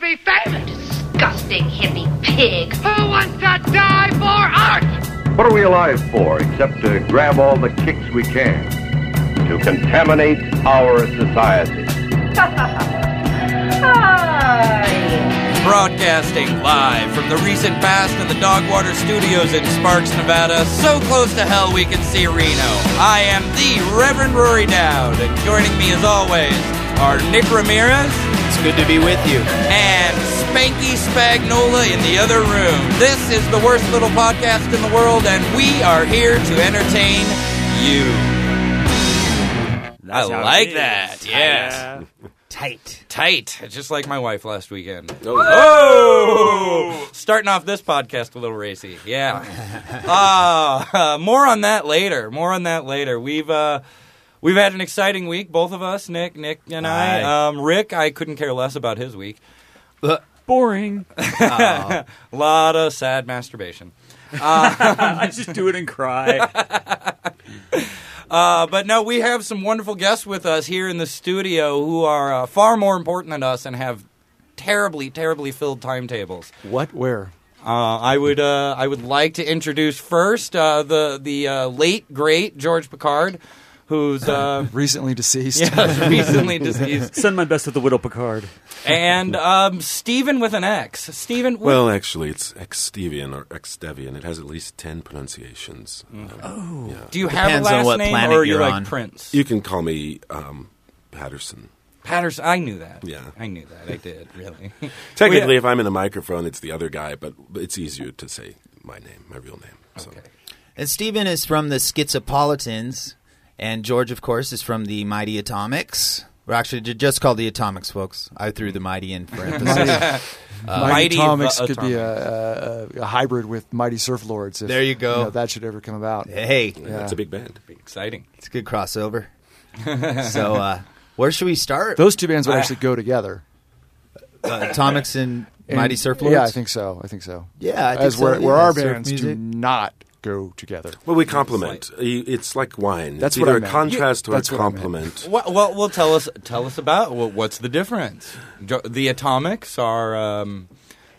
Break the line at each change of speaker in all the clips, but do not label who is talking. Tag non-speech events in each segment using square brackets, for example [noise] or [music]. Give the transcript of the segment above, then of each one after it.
be famous.
Disgusting hippie pig.
Who wants to die for art?
What are we alive for except to grab all the kicks we can? To contaminate our society.
Broadcasting live from the recent past in the Dogwater Studios in Sparks, Nevada, so close to hell we can see Reno. I am the Reverend Rory Dowd, and joining me as always are Nick Ramirez
It's good to be with you.
and Spanky Spagnola in the other room. This is the worst little podcast in the world, and we are here to entertain you.
That's how
I
it
like
is. uh,
that. Yes.
Tight.
Tight, just like my wife last weekend.
Oh,
Oh! Starting off this podcast a little racy. Yeah. [laughs] Uh, uh, more on that later. More on that later. We've uh, we've had an exciting week, both of us, Nick, Nick, and I.
Aye.
Um, Rick, I couldn't care less about his week.
boring.
[laughs] A lot of sad masturbation.
I just do it and cry.
Uh, but no, we have some wonderful guests with us here in the studio who are uh, far more important than us and have terribly, terribly filled timetables.
what? Where?
Uh, I would uh, I would like to introduce first uh, the the uh, late great George Picard, who's uh,
[laughs]
[laughs]
recently deceased.
yeah, recently deceased,
Send my best to the widow Picard.
and um, Stephen with an X. Stephen, w-
Well, actually, it's Extevian or Extevian. It has at least 10 pronunciations. Um, yeah.
do you have a
Depends on
last
what
name
planet
or
you're
you're like
on.
Prince
You can call me um, Patterson.
Patterson? I knew that.
Yeah.
I knew that. I did really. [laughs]
Technically,
Well, yeah.
if I'm in a microphone, it's the other guy, but it's easier to say my name, my real name. So.
Okay.
[laughs] And Steven is from the Schizopolitans, and George, of course, is from the Mighty Atomics. We're actually ju- just called the Atomics, folks. I threw the Mighty in for emphasis.
Mighty
Mighty Atomics
Va-
could be a, a, a hybrid with Mighty Surf Lords. If,
There you go.
know, that should ever come about.
hey,
That's a big band.
Exciting.
it's a good crossover. so, uh, where should we start?
Those two bands would
Ah.
actually go together.
Uh, Atomics and,
And-
Mighty Surf Lords?
Yeah, I think so. I think so.
Yeah, I think
as
so,
where,
yeah.
where our
Surf
bands do
music.
not go together.
Well, we complement. Y- It's like wine.
That's
it's
what I
either a
meant.
contrast or a
That's what I meant.
compliment.
Well, well, well, tell us tell us about well, what's the difference? Jo- The Atomics are um,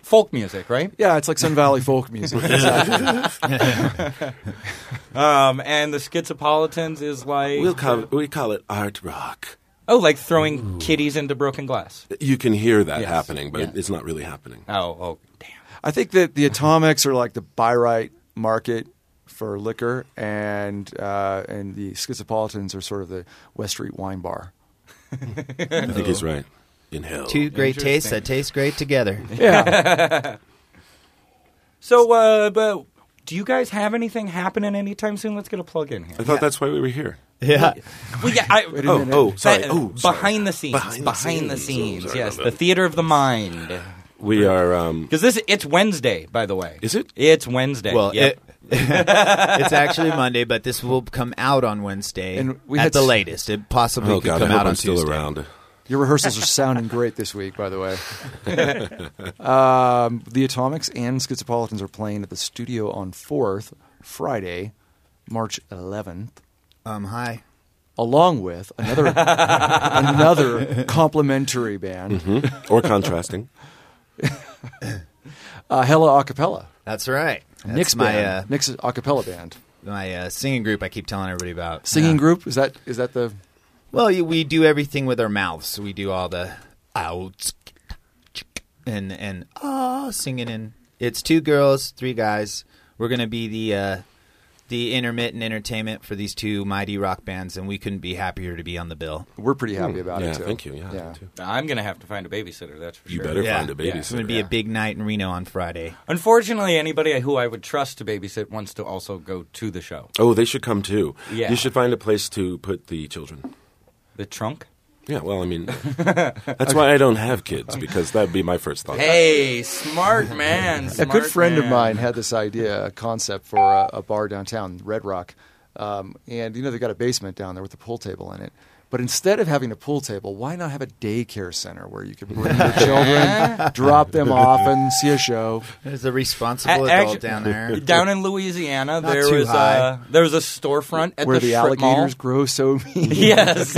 folk music, right?
Yeah, it's like
[laughs]
Sun Valley folk music. Exactly.
Um, and the Schizopolitans is like
We'll call, we call it art rock.
oh, like throwing kitties into broken glass.
You can hear that
Yes.
happening, but
Yeah.
it's not really happening.
Oh, oh, damn.
I think that the Atomics are like the buy right market for liquor, and uh, and the Schizopolitans are sort of the West Street wine bar.
I think he's right. Inhale.
Two great tastes that taste great together.
Yeah,
So, uh, but do you guys have anything happening anytime soon? Let's get a plug in here.
I thought that's why we were here.
Yeah.
Well, yeah, [laughs] I,
Wait a
Oh,
minute.
oh, sorry.
that- uh,
Oh, sorry.
behind the scenes, behind,
Behind the
the scenes.
scenes. Oh, sorry
yes,
about
the
that.
theater of the mind.
We are. Um,
Because this it's Wednesday, by the way.
Is it?
It's Wednesday.
Well,
Yep.
it, [laughs] it's actually Monday, but this will come out on Wednesday
And we
at
had
the
s-
latest. It possibly
oh
could
God! I
come
hope
out on
I'm still
Tuesday.
around.
Your rehearsals are sounding great this week, by the
[laughs]
way. um, the Atomics and Schizopolitans are playing at the studio on 4th, Friday, March 11th,
Um, hi.
along with another
[laughs]
another complimentary band,
Mm-hmm.
[laughs]
or contrasting.
uh, Hella Acapella.
That's right. That's
Nick's
my,
band.
uh,
Nick's acapella band.
my uh, singing group I keep telling everybody about.
Singing
Yeah.
group? Is that is that the
Well, you- we do everything with our mouths. We do all the outs and and ah singing and it's two girls, three guys. We're gonna be the uh, the intermittent entertainment for these two mighty rock bands, and we couldn't be happier to be on the bill.
we're pretty happy about
Mm. yeah,
it too.
thank you. Yeah, too.
I'm gonna have to find a babysitter. That's for
you
sure.
better
Yeah.
find a
Yeah.
It's
babysitter.
gonna be a big night in Reno on Friday.
Unfortunately, anybody who I would trust to babysit wants to also go to the show.
Oh, they should come too.
Yeah.
You should find a place to put the children.
The trunk.
Yeah, well,
[laughs]
I mean, that's why I don't have kids because that'd be my first thought.
Hey, [laughs] smart man.
A
smart
good friend of
man.
mine had this idea, a concept for a, a bar downtown, Red Rock. Um, and, you know, they've got a basement down there with a pool table in it. But instead of having a pool table, why not have a daycare center where you could bring [laughs] your children, drop them off, and see a [laughs] show?
There's a
A-
responsible adult
actu-
down [laughs] there.
Down in Louisiana,
Not
there
too
was a
high.
there was a storefront at
where
the,
the,
strip [laughs]
alligators [laughs]
mall.
[laughs]
grow so mean.
yes,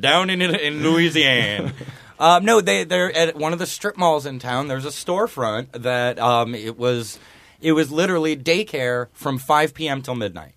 down in in Louisiana. Um, no, they they're at one of the strip malls in town. There's a storefront that um, it was it was literally daycare from 5 p.m. till midnight.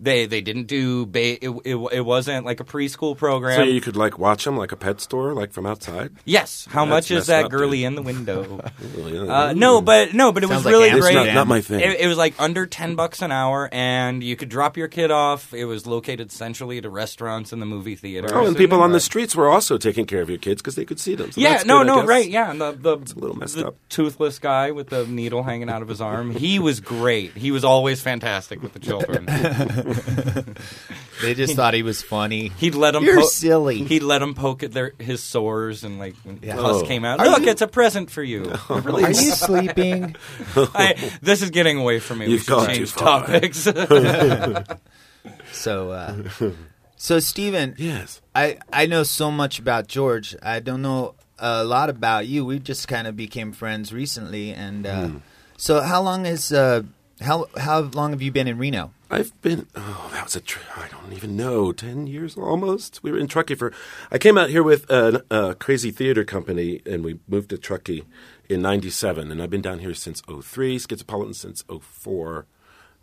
They they didn't do ba- it, it. It wasn't like a preschool program.
So you could like watch them like a pet store, like from outside.
yes. How much
That's
is
messed
that
up,
girly
dude.
in the
[laughs]
window?
Uh,
Uh, no, but no, but it
Sounds
was
like
really
Amsterdam.
great.
It's not- not my thing.
It, it was like under ten bucks an hour, and you could drop your kid off. It was located centrally to restaurants and the movie theater.
Oh, and people on the streets were also taking care of your kids because they could see them. So
yeah,
that's
no,
good, I
no,
guess.
right? Yeah, and the the,
a little messed
the
up.
toothless guy with the needle hanging out of his arm. He was great. He was always fantastic with the
[laughs]
children.
They just thought he was funny.
He'd let him.
You're
po-
silly.
He'd let him poke at their his sores and like when pus
Oh.
came out. Look, it's a present for
[laughs]
you. [laughs]
Are you [laughs] sleeping?
I, this is getting away from me. we
You've
should
gone too
change
far. [laughs]
topics.
So, uh, so Steven,
Yes.
I, I know so much about George. I don't know a lot about you. We just kind of became friends recently, and uh, so how long is uh, how how long have you been in Reno?
I've been. Oh, that was a. Tr- I don't even know. Ten years almost. We were in Truckee for. I came out here with a, a crazy theater company, and we moved to Truckee in '97, and I've been down here since '03. Schizopolitan since '04.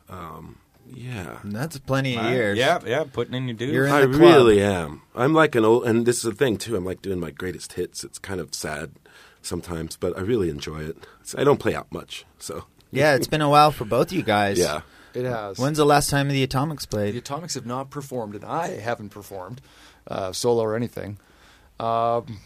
Um, yeah.
That's plenty of years.
yeah, yeah, putting in your dues.
You're in
I
the club.
really am. I'm like an old, and this is the thing too. I'm like doing my greatest hits. It's kind of sad sometimes, but I really enjoy it. It's- I don't play out much, so
Yeah, it's been a while for both of you guys.
yeah.
It has.
When's the last time the Atomics
the
played?
Atomics have not performed, and I haven't performed uh, solo or anything um,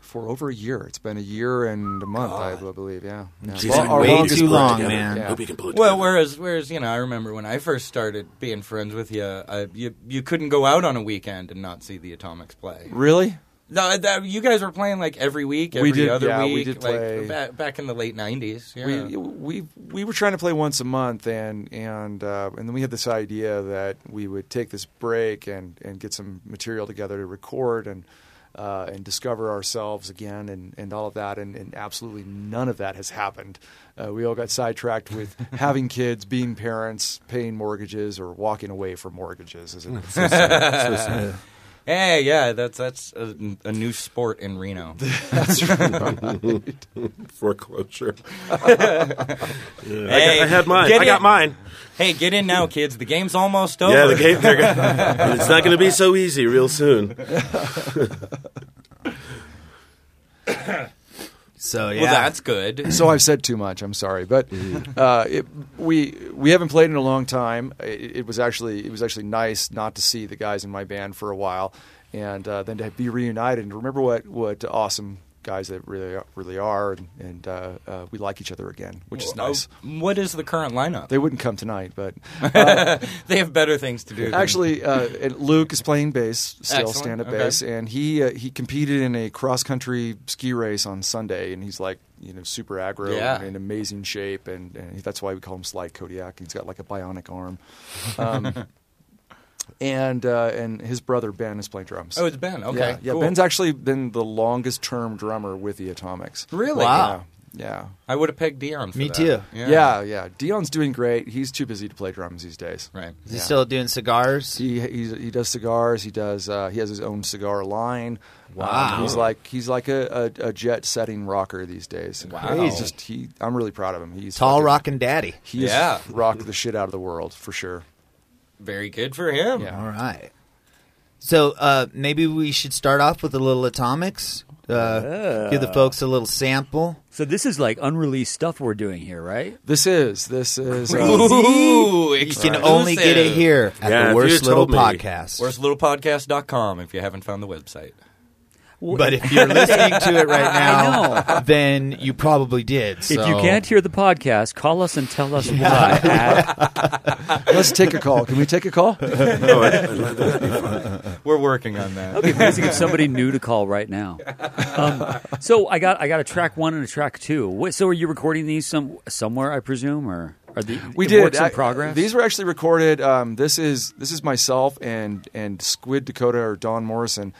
for over a year. It's been a year and a month, I b- believe. Yeah, yeah.
Jeez,
Well,
I
our
way
way
longest
too
pull it
break-
long,
together.
man.
Yeah.
Hope you can pull it
Well,
together.
whereas whereas you know, I remember when I first started being friends with you, uh, you you couldn't go out on a weekend and not see the Atomics play.
Really?
No, that, you guys were playing like every week, every
We did-
other
yeah, we
week,
did
like
play-
back, back in the late nineties. Yeah.
we we we were trying to play once a month, and and uh, and then we had this idea that we would take this break and and get some material together to record and. Uh, and discover ourselves again and, and all of that and, and absolutely none of that has happened uh, we all got sidetracked with having kids being parents paying mortgages or walking away from mortgages as it
So sad. So [laughs] sad.
hey, yeah, that's that's a, a new sport in Reno.
[laughs]
foreclosure. Yeah, I,
Hey,
got, I had mine.
get
I got
it.
mine.
hey, get in now, kids. The game's almost over.
Yeah, the game. They're gonna, it's not going to be so easy real soon.
So yeah,
Well, that's good.
so I've said too much. I'm sorry, but uh, it, we we haven't played in a long time. It, it was actually it was actually nice not to see the guys in my band for a while, and uh, then to be reunited and remember what what awesome guys that really are- really are, and, and uh, uh, we like each other again, which is nice.
Uh, what is the current lineup?
They wouldn't come tonight, but
They have better things to do. than-
actually, uh, and Luke is playing bass, still
Excellent.
stand up
Okay.
bass, and he uh, he competed in a cross country ski race on Sunday, and he's like you know super aggro
Yeah.
and in amazing shape, and, and that's why we call him Sly Kodiak. He's got like a bionic arm,
[laughs]
um, and uh, and his brother Ben is playing drums.
oh, it's Ben. Okay,
yeah, yeah.
cool.
Ben's actually been the longest term drummer with the Atomics.
really.
Wow.
Yeah.
I would have pegged Dion. For
Me
that.
too.
Yeah. yeah, Dion's doing great. He's too busy to play drums these days.
Right.
is he
yeah.
still doing cigars?
He he's, he does cigars. He does uh, he has his own cigar line. Um,
Wow.
he's like he's like a, a, a jet setting rocker these days.
Wow.
he's just he. I'm really proud of him. He's
Tall
fucking-
rockin' daddy.
He's
Yeah.
rocked the shit out of the world for sure.
Very good for him.
Yeah.
All right. So uh, maybe we should start off with a little atomics. Uh, Give the folks a little sample.
So this is like unreleased stuff we're doing here, right?
This is this is uh,
Ooh,
You can only get it here at
Yeah, if
the
you
worst little
told me.
podcast.
Worstlittlepodcast.com if you haven't found the website.
But if you're listening to it right
I
now, then you probably did.
If you
so-
can't hear the podcast, call us and tell us why. at-
[laughs] let's take a call. Can we take a call?
Oh, I- I love that.
We're working on that.
It'd be amazing if somebody knew to call right now. Um, so I got I got a track one and a track two. What, so are you recording these some somewhere? I presume, or are the
We
the
did.
works in
I-
progress?
These were actually recorded. Um, this is this is myself and and Squid Dakota or Don Morrison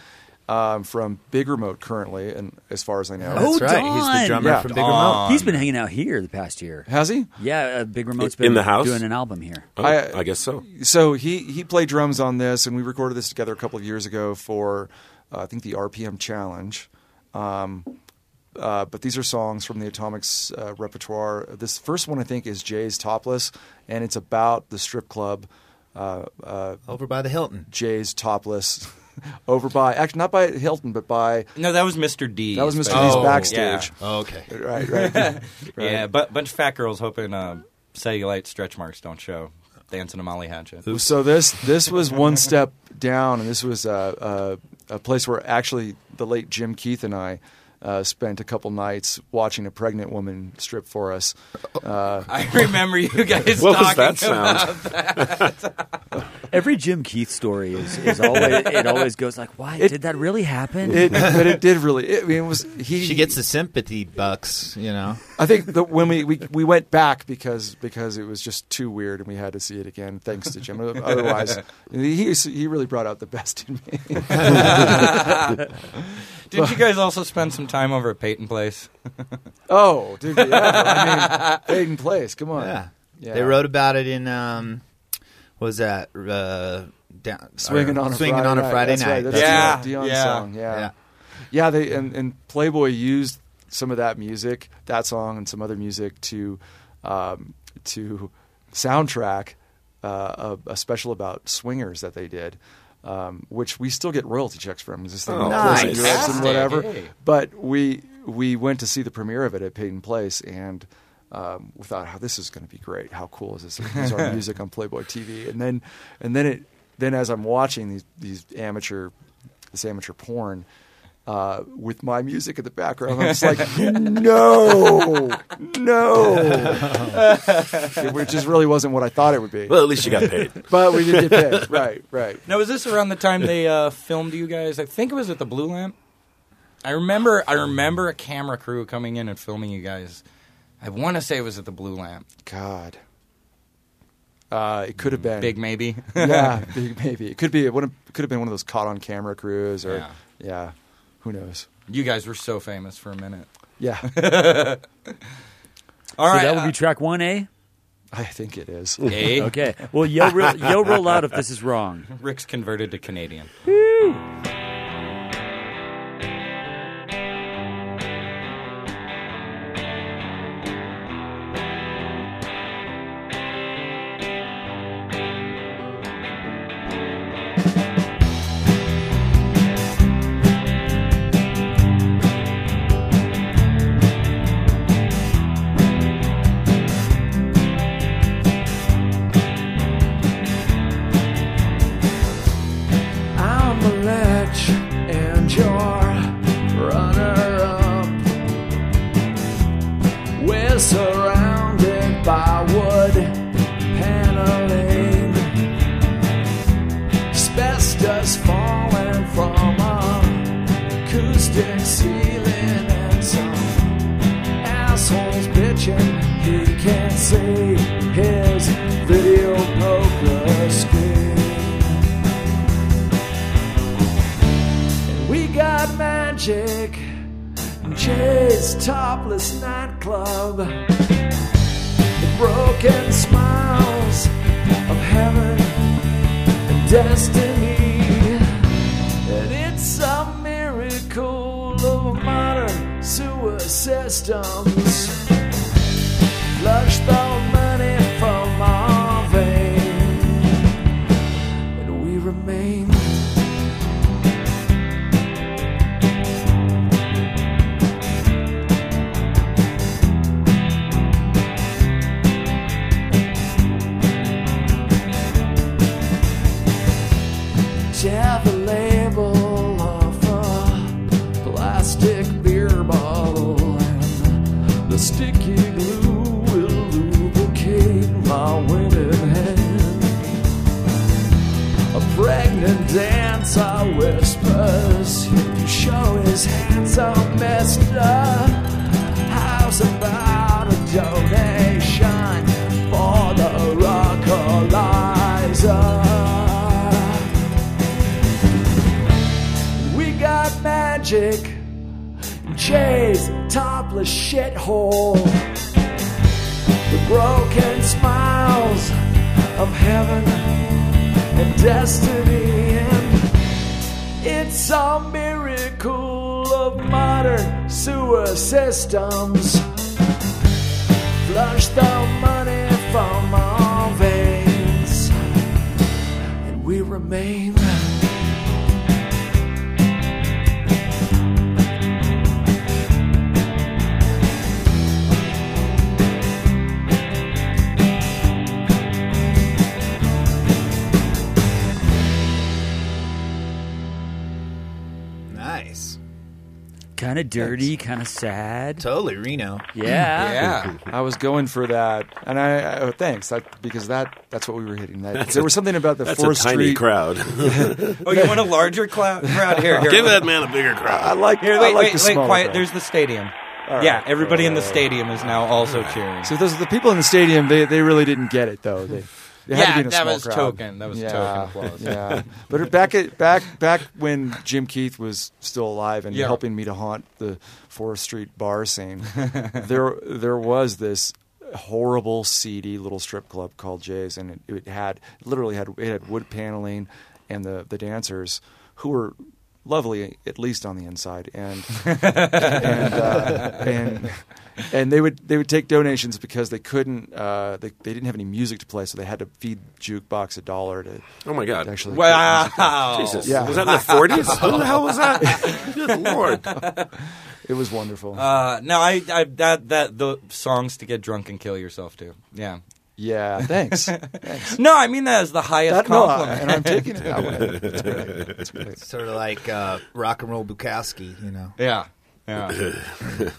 um, from Big Remote currently, and as far as I know,
Oh,
That's right. He's
Don.
the drummer
Yeah.
from Big Remote.
He's been hanging out here the past year.
has he?
Yeah, uh, Big Remote's
In
been
the house?
doing an album here.
Oh,
I-
I guess so.
so he he played drums on this, and we recorded this together a couple of years ago for uh, I think the RPM Challenge. Um, uh, but these are songs from the Atomics uh, repertoire. This first one, I think, is Jay's Topless, and it's about the strip club. Uh, uh,
Over by the Hilton.
Jay's Topless [laughs] over by, actually, not by Hilton, but by.
No, that was Mr. D.
That was Mr.
Oh,
D's
yeah.
backstage.
Oh, okay.
Right, right.
Yeah, but bunch of fat girls hoping uh, cellulite stretch marks don't show. Dancing a Molly Hatchet.
So this this was one step down, and this was a, a, a place where actually the late Jim Keith and I uh, spent a couple nights watching a pregnant woman strip for us. Uh,
I remember [laughs] you guys
What was
talking
that sound?
Every Jim Keith story is, is always it always goes like, why
It-
did that really happen?
it, but it did really. It, I mean, it was he.
She gets the sympathy bucks, you know.
I think that when we, we we went back because because it was just too weird, and we had to see it again. Thanks to Jim. Otherwise, he he really brought out the best in me. [laughs]
Did you guys also spend some time over at Peyton [laughs] Place?
Oh, dude, yeah. I mean, Aiden Place. Come on.
Yeah.
Yeah.
They wrote about it in um what was that uh down,
Swinging
or-
on a
swinging
Friday
on a
night.
Friday
That's
night.
Right. That's
Yeah,
the Dion
yeah.
song. Yeah.
Yeah.
yeah, They and, and Playboy used some of that music, that song, and some other music to um, to soundtrack uh, a, a special about swingers that they did. Um, which we still get royalty checks from. Is this thing
Oh,
Netflix and
nice.
Europe's and
Fantastic.
whatever?
Hey.
But we we went to see the premiere of it at Peyton Place, and um, we thought, "How this is going to be great! How cool is this? Here's our music on Playboy TV." And then and then it then as I'm watching these these amateur this amateur porn. Uh, with my music in the background, I'm just like, no, no. It just really wasn't what I thought it would be.
Well, at least you got paid.
But we did get paid. Right, right.
Now, was this around the time they uh, filmed you guys? I think it was at the Blue Lamp. I remember, I remember a camera crew coming in and filming you guys. I want to say it was at the Blue Lamp.
God. Uh, it could have been.
Big maybe.
[laughs] yeah, big maybe. It could be. It would have, could have been one of those caught on camera crews, or
Yeah.
yeah. who knows?
[laughs] you guys were so famous for a minute.
Yeah,
All
so
right,
that would be track one A.
I think it is.
uh, [laughs] A.
Okay. Well, yo, real, yo, roll out if this is wrong.
Rick's converted to Canadian.
I'm a ledge and you're runner up. We're surrounded by wood paneling, asbestos falling from a acoustic ceiling, and some assholes bitching he can't see his video poker screen. We got magic. Jay's topless nightclub. The broken smiles of heaven and destiny. And it's a miracle of modern sewer systems. Flush the money from our veins. And we remain. tear the label off a plastic beer bottle, and the sticky glue will lubricate my winning hand. A pregnant dancer whispers, "You show his hands so messed up." How's about a donation for the rock We got magic. Jay's topless shithole. The broken smiles of heaven and destiny. And it's
It's a miracle of modern sewer systems. Flush the money from our veins, and we remain.
Nice.
Kind of dirty, kind of sad.
Totally Reno.
Yeah.
Yeah, I was going for that, and I, I oh, thanks that, because that that's what we were hitting. That there was something about the
That's
Fourth
a tiny
Street.
crowd.
Oh, you want a larger clou- crowd? Here, here.
Give that man a bigger
I
crowd.
like.
Here,
I
wait,
like
wait,
the
wait,
smaller
quiet.
crowd. Uh,
There's the stadium. Yeah, everybody in the stadium is now also cheering.
So those the people in the stadium. They, they really didn't get it though. They, they had to
Yeah,
be in a
that
small
was
crowd.
token. That was token applause.
Yeah, but back at back back when Jim Keith was still alive and
Yeah.
helping me to haunt the Forest Street bar scene, [laughs] there there was this horrible seedy little strip club called Jay's, and it, it had literally had it had wood paneling, and the the dancers who were lovely at least on the inside and and uh, and and they would they would take donations because they couldn't uh, they they didn't have any music to play, so they had to feed jukebox a dollar to
Oh my God!
actually.
[laughs] Wow.
Jesus,
Yeah.
was
[laughs]
that in the forties? Who the hell was that? Good lord!
It was wonderful.
Uh, no, I, I that that the songs to get drunk and kill yourself to. Yeah.
[laughs] yeah, thanks. that,
No, I mean that as the highest
no, I-
compliment.
and I'm taking it that [laughs] way. It's great. It's great.
Sort of like uh, rock and roll Bukowski, you know.
yeah. Yeah.
[laughs]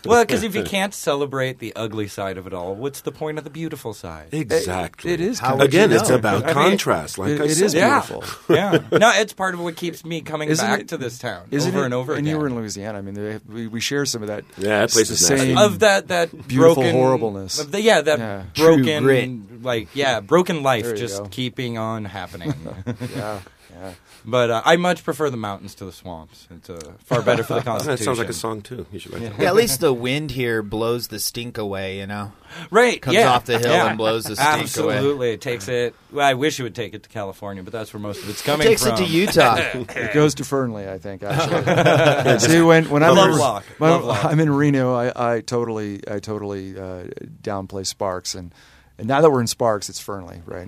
well, because if you can't celebrate the ugly side of it all, what's the point of the beautiful side?
[laughs] Exactly.
It is.
How
kind of-
would you
Again, it's
know?
about
I mean,
contrast. Like
it-
I
it
said,
is
Yeah.
beautiful.
yeah. No, it's part of what keeps me coming
Isn't
back
it-
to this town
Isn't
over
it-
and over
And
again.
you were in Louisiana. I mean, they, we, we share some of that.
Yeah, that place
s-
is
same-
nasty.
of that that
Beautiful
broken
horribleness.
of the- yeah, that
Yeah.
True
broken
grit.
like yeah, broken
There
life
you
just
go.
keeping on happening.
[laughs]
[laughs]
Yeah, yeah.
but uh, I much prefer the mountains to the swamps. It's uh, far better
[laughs]
for the constitution.
That sounds like a song too. You should write that.
Yeah, at least the wind here blows the stink away, you know.
Right,
Comes
yeah,
off the hill
yeah.
and blows
[laughs]
the stink
Absolutely,
away.
it takes it. Well, I wish it would take it to California, but that's where most of it's coming.
Takes
from.
it to Utah.
[laughs]
It goes to Fernley, I [laughs] think. Actually, see when when I'm
Love
in,
Lock.
when
Love Lock.
I'm in Reno, I, I totally I totally uh, downplay Sparks, and and now that we're in Sparks, it's Fernley,
[laughs]
right?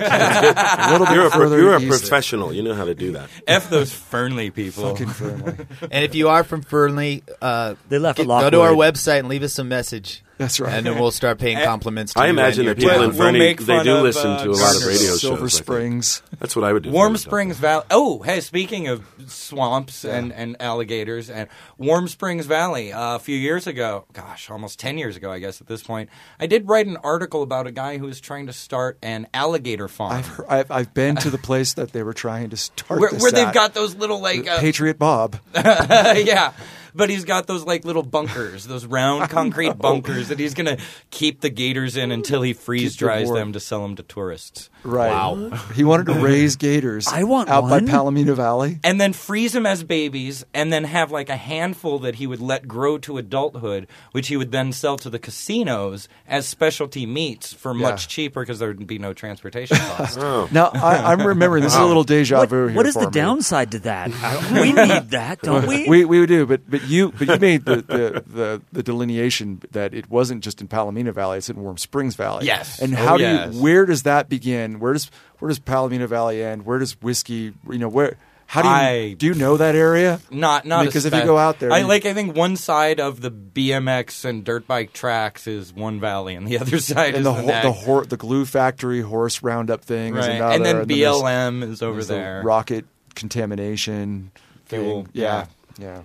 a little bit
You're a, pro-
further.
you're a
east.
professional. You know how to do that.
F those Fernley people.
Fucking Fernley.
and if you are from Fernley, uh,
They left
get-
at
go to our
Lockwood.
website and leave us a message.
That's right.
And then we'll start paying compliments to
[laughs] I
you and
imagine
your
that people
town.
in
We'll
Fernie
make
they
fun
do
of,
listen
uh,
to a lot of
Gardner.
radio shows. I
Silver
think.
Springs.
That's what I would do. if I
Warm
lived up
Springs Valley. Oh, hey, speaking of swamps and, and alligators and Warm Springs Valley, uh, a few years ago, gosh, almost 10 years ago, I guess, at this point, I did write an article about a guy who was trying to start an alligator farm.
I've, heard, I've I've been to the place that they were trying to start
where
this
where they've
at.
got those little, like, uh, [laughs]
Patriot Bob.
yeah. But he's got those like little bunkers, those
[laughs]
round concrete bunkers that he's gonna keep the gators in until he freeze dries
warm.
them to sell them to tourists,
Right. He wanted to raise gators.
I want
out
one.
by Palomino Valley.
and then freeze them as babies, and then have like a handful that he would let grow to adulthood, which he would then sell to the casinos as specialty meats for much cheaper because there would be no
[laughs]
transportation costs.
Oh.
Now I, I'm remembering this is a little deja
What-
vu here.
what is
for
the
me. Uh,
downside to that? I- we need that, don't we?
We we do, but but you but you made the, the, the, the delineation that it wasn't just in Palomino Valley; it's in Warm Springs Valley.
Yes.
And
Oh,
how do
yes.
you? Where does that begin? Where does where does Palomino Valley end? Where does whiskey? You know where? How do you
I-
do you know that area?
Not not
because
a
if you
spe-
go out there,
I
you-
like. I think one side of the BMX and dirt bike tracks is one valley, and the [laughs] other side is
and the
the,
ho-
next.
the, hor- the glue factory horse roundup thing is
Right.
another,
and then
there's-
BLM is over
there's the
there.
rocket contamination
Fuel,
thing. Yeah, yeah.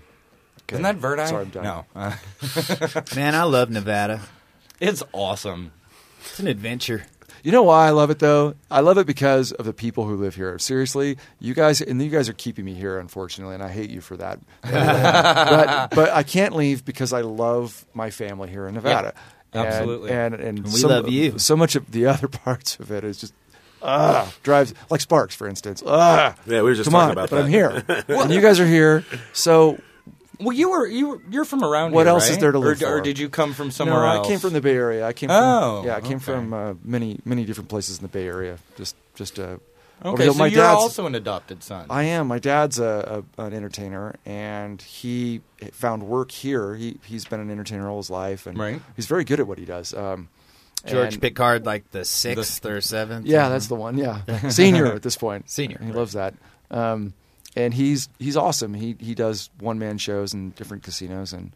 Okay.
Isn't that Verdi?
Sorry, I'm done.
No, [laughs] Uh,
Man, I love Nevada.
it's awesome.
It's an adventure.
You know why I love it though? I love it because of the people who live here. Seriously, you guys, and you guys are keeping me here, unfortunately, and I hate you for that.
[laughs]
but, but I can't leave because I love my family here in Nevada.
Yeah,
And-
absolutely.
and and,
we
some-
love you.
So much of the [laughs] other parts of it is just. Ah, drives like Sparks, for instance. Ah,
Yeah, we were just
come
talking
on,
about
but
that.
I'm here, and you guys are here. So
Well, you were you were, you're from around.
What
here,
else is
right?
there to
Or-
live
Or,
for?
did you come from somewhere
no,
else?
I came from the Bay Area. I came.
Oh,
from, yeah, I came
okay.
from uh, many many different places in the Bay Area. Just just uh, Over
Okay,
the-
so
my
you're
dad's-
also an adopted son.
I am. My dad's a, a an entertainer, and he found work here. He he's been an entertainer all his life, and
Right.
he's very good at what he does. Um,
George
and-
Pickard, like the sixth or seventh.
Yeah, that's the one. Yeah,
[laughs]
senior at this point.
Senior,
he
right.
loves that. Um, and he's he's awesome. He he does one man shows in different casinos, and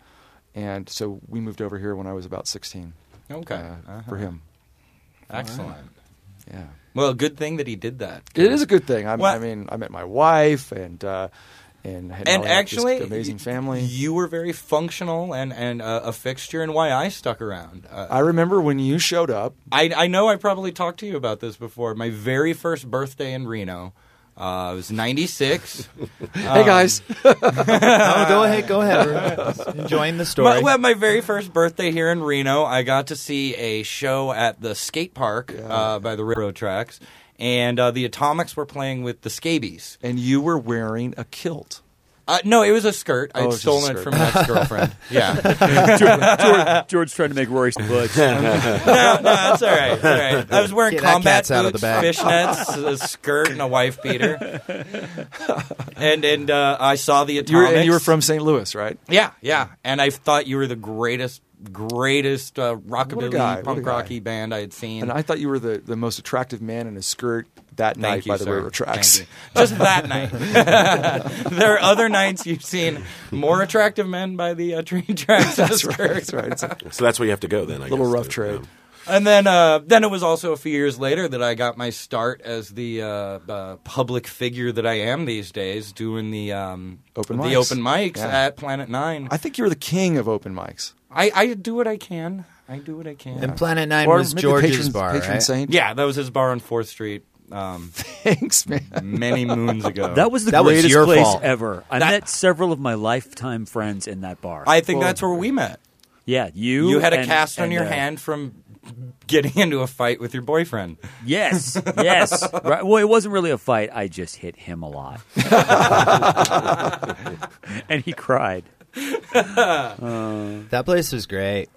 and so we moved over here when I was about sixteen.
okay, Uh-huh.
uh, for him.
excellent.
Yeah,
Well, good thing that he did that.
it is a good thing. I,
Well-
I mean, I met my wife, and uh, and had
and
all that- this
actually,
amazing
y-
family.
You were very functional and and uh, a fixture, and why I stuck around. Uh,
I remember when you showed up.
I, I know I probably talked to you about this before. My very first birthday in Reno. Uh, it was
[laughs]
96.
hey guys,
Oh,
[laughs]
go ahead, go ahead. We're just Enjoying the story.
my, well, my very first birthday here in Reno, I got to see a show at the skate park uh, by the railroad tracks, and uh, the Atomics were playing with the Scabies.
and you were wearing a kilt.
Uh, no, it was a skirt.
Oh, it
I'd
was just a
stolen it
skirt.
from an ex
[laughs]
girlfriend. yeah.
George, George, George's trying to make Rory's butch.
No, no, it's all right. It's all right. I was wearing
Get that
combat
cat's out of
boots,
the bag.
[laughs]
fishnets, a skirt, and a wife beater. and and uh, I saw the Atomics.
You were, and you were from St. Louis, right?
Yeah, yeah. And I thought you were the greatest, greatest uh, rockabilly
guy, what a
punk
guy.
rocky band I had seen.
And I thought you were the, the most attractive man in a skirt that night
Thank you,
by the
sir.
railroad tracks.
Thank you. Just that
[laughs]
night. [laughs] there are other nights you've seen more attractive men by the uh, train tracks.
That's right. That's right. It's a
[laughs] So that's where you have to go then. I
little
guess,
rough
to- um,
trade.
yeah.
And then, uh, then it was also a few years later that I got my start as the uh, uh, public figure that I am these days, doing the um,
Open
the
mics.
open mics
Yeah.
at Planet Nine.
I think you were the king of open mics.
I, I do what I can. I do what I can.
and Planet Nine
or
was
maybe
George's
patron,
bar,
patron
right?
saint.
yeah, that was his bar on Fourth Street um,
[laughs] Thanks,
Mm-hmm.
man.
[laughs]
many moons ago.
That was the
That was
greatest
your
place
fault.
ever. I met several of my lifetime friends in that bar.
I think that's where we met.
yeah, you.
You had a
and-
cast on
and,
your
uh,
hand from getting into a fight with your boyfriend.
Yes, yes. right. Well, it wasn't really a fight. I just hit him a lot, [laughs] and he cried.
That place was great.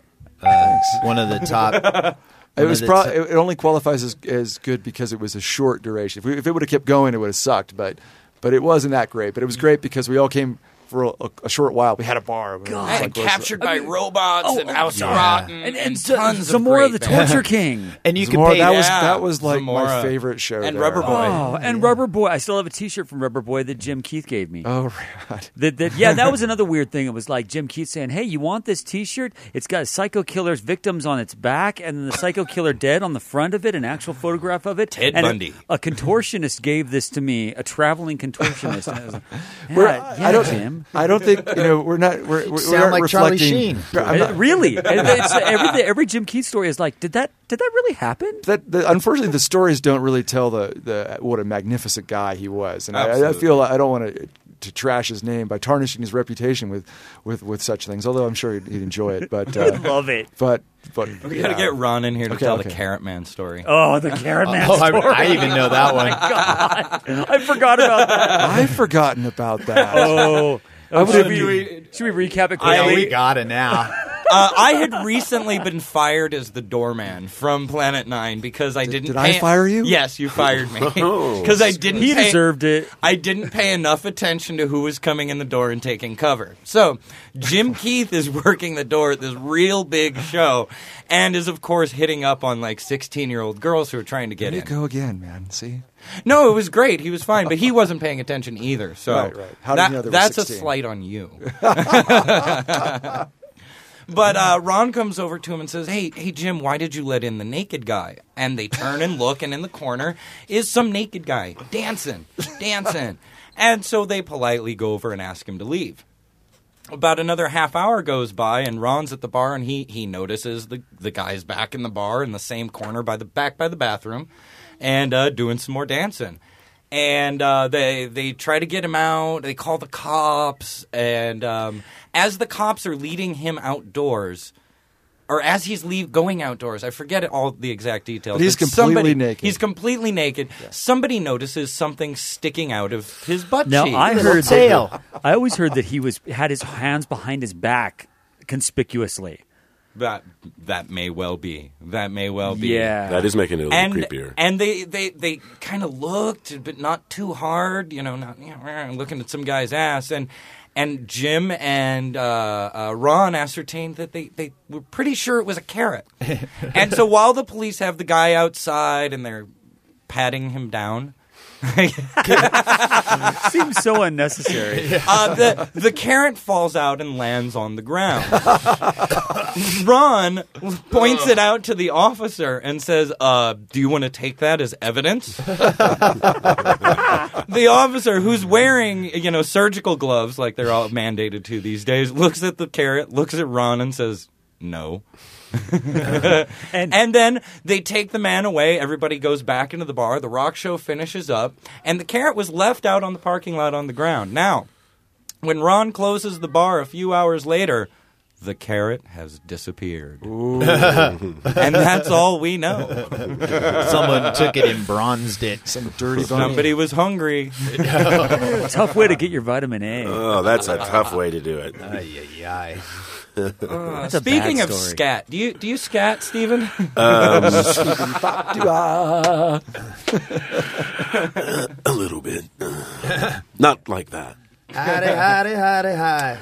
Uh, one
[laughs]
of the top.
It was
the
pro-
t-
it it only qualifies as, as good because it was a short duration. If, we, if it would have kept going, it would have sucked. But but it wasn't that great. But it was great because we all came for a, a, a short while. We had a bar.
Oh,
God,
And captured by robots and House
yeah.
Rotten
And,
and,
and, so-
tons
some
of
more of the
great bands.
[laughs]
torture king.
And you could
Zamora,
pay
that was
Yeah,
that was like my
Zamora.
favorite show.
And
there.
Rubber Boy.
Oh, and Rubber Boy. I still have a T-shirt from Rubber Boy that Jim Keith gave me.
[laughs] Oh, right.
That, that,
[laughs]
yeah, that was another weird thing. It was like Jim Keith saying, "Hey, you want this T-shirt? It's got Psycho Killer's victims on its back, and then the Psycho Killer dead on the front of it, an actual photograph of it."
Ted
and a-
Bundy.
A, contortionist gave this to me, a traveling contortionist. And I
[laughs]
was like, yeah,
We're-
yeah,
I don't.
Jim.
I don't think you know. We're not. We're, we're
sound
not
like Charlie
reflecting-
Sheen.
I'm
Uh,
not- [laughs]
really, And it's- every, every Jim Keith story is like, "Did that? Did that really happen?"
that, that unfortunately the stories don't really tell the, the what a magnificent guy he was, and I, I
Absolutely.
feel I don't want to to trash his name by tarnishing his reputation with with, with such things. Although I'm sure he'd, he'd enjoy it, but
[laughs]
uh,
Love it.
but but
We gotta
yeah.
get Ron in here to
Okay,
tell
okay.
the Carrot Man story.
Oh, [laughs] the Carrot Man
[laughs] Oh, I,
story.
I even know that one.
[laughs]
I forgot about that.
I've forgotten about that.
[laughs]
[laughs] Oh,
would have
should, we, should we recap it
Yeah,
quickly?
we got it now.
Uh, I had recently been fired as the doorman from Planet Nine because I didn't.
did I
pay-
fire you?
Yes, you fired me because I didn't.
he
pay-
deserved it.
I didn't pay enough attention to who was coming in the door and taking cover. So Jim
[laughs]
Keith is working the door at this real big show, and is of course hitting up on like sixteen-year-old girls who are trying to get
There you
in.
go again, man. See,
No, it was great. He was fine, but he wasn't paying attention either. So
Right, right. How did
that-
you know there was
that's a
16?
slight on
[laughs]
you. but uh, Ron comes over to him and says, "Hey, hey, Jim, why did you let in the naked guy?" And they turn and look, and in the corner is some naked guy dancing, dancing. and so they politely go over and ask him to leave. About another half hour goes by, and Ron's at the bar, and he he notices the the guy's back in the bar in the same corner by the back by the bathroom, and uh, doing some more dancing. And uh, they they try to get him out. They call the cops, and um, as the cops are leading him outdoors, or as he's leave going outdoors, I forget all the exact details.
But he's completely naked.
He's completely naked. Somebody notices something sticking out of his butt
Now
cheek.
I
Little
heard
tail.
That, I always heard that he was had his hands behind his back conspicuously.
That that may well be. That may well be.
Yeah.
That is making it a little
And
creepier.
and they they they kind of looked, but not too hard. You know, not you know, looking at some guy's ass and. And Jim and uh, uh, Ron ascertained that they, they were pretty sure it was a carrot. and so while the police have the guy outside and they're patting him down,
Seems so
[laughs]
unnecessary.
[laughs] uh, the the carrot falls out and lands on the ground. [laughs] Ron points it out to the officer and says, uh, "Do you want to take that as evidence?" [laughs] the officer, who's wearing you know surgical gloves like they're all mandated to these days, looks at the carrot, looks at Ron, and says, "No."
And-
and then they take the man away. Everybody goes back into the bar. The rock show finishes up, and the carrot was left out on the parking lot on the ground. Now, when Ron closes the bar a few hours later, the carrot has disappeared. [laughs] and that's all we know.
Someone took it and bronzed it.
Some dirty bunny.
Somebody was hungry.
Tough way to get your vitamin A.
oh, that's a tough way to do it.
Ay, ay, ay.
That's a bad
Speaking of
story.
scat, do you do you scat, Steven?
A little bit. [sighs] Not like that.
Howdy, howdy, howdy, hi.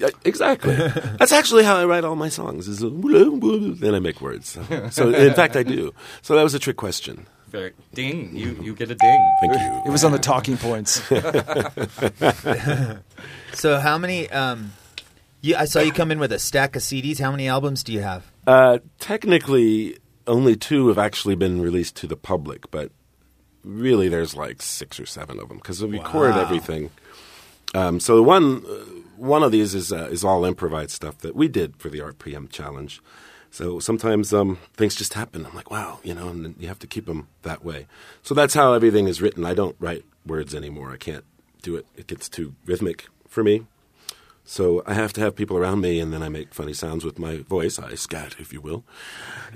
Yeah, Exactly. That's actually how I write all my songs. Is [laughs] a woo- woo- then I make words. So in fact, I do. So that was a trick question.
Very- ding, you you get a ding.
Thank
It
you.
was on the talking
[laughs]
points.
So how many? Um, you, I saw you come in with a stack of CDs. How many albums do you have?
Uh, technically, only two have actually been released to the public, but really, there's like six or seven of them because we record everything. Um, so one uh, one of these is uh, is all improvised stuff that we did for the RPM challenge. So sometimes um, things just happen. I'm like, wow, you know, and you have to keep them that way. So that's how everything is written. I don't write words anymore. I can't do it. It gets too rhythmic for me. So I have to have people around me, and then I make funny sounds with my voice. I scat, if you will,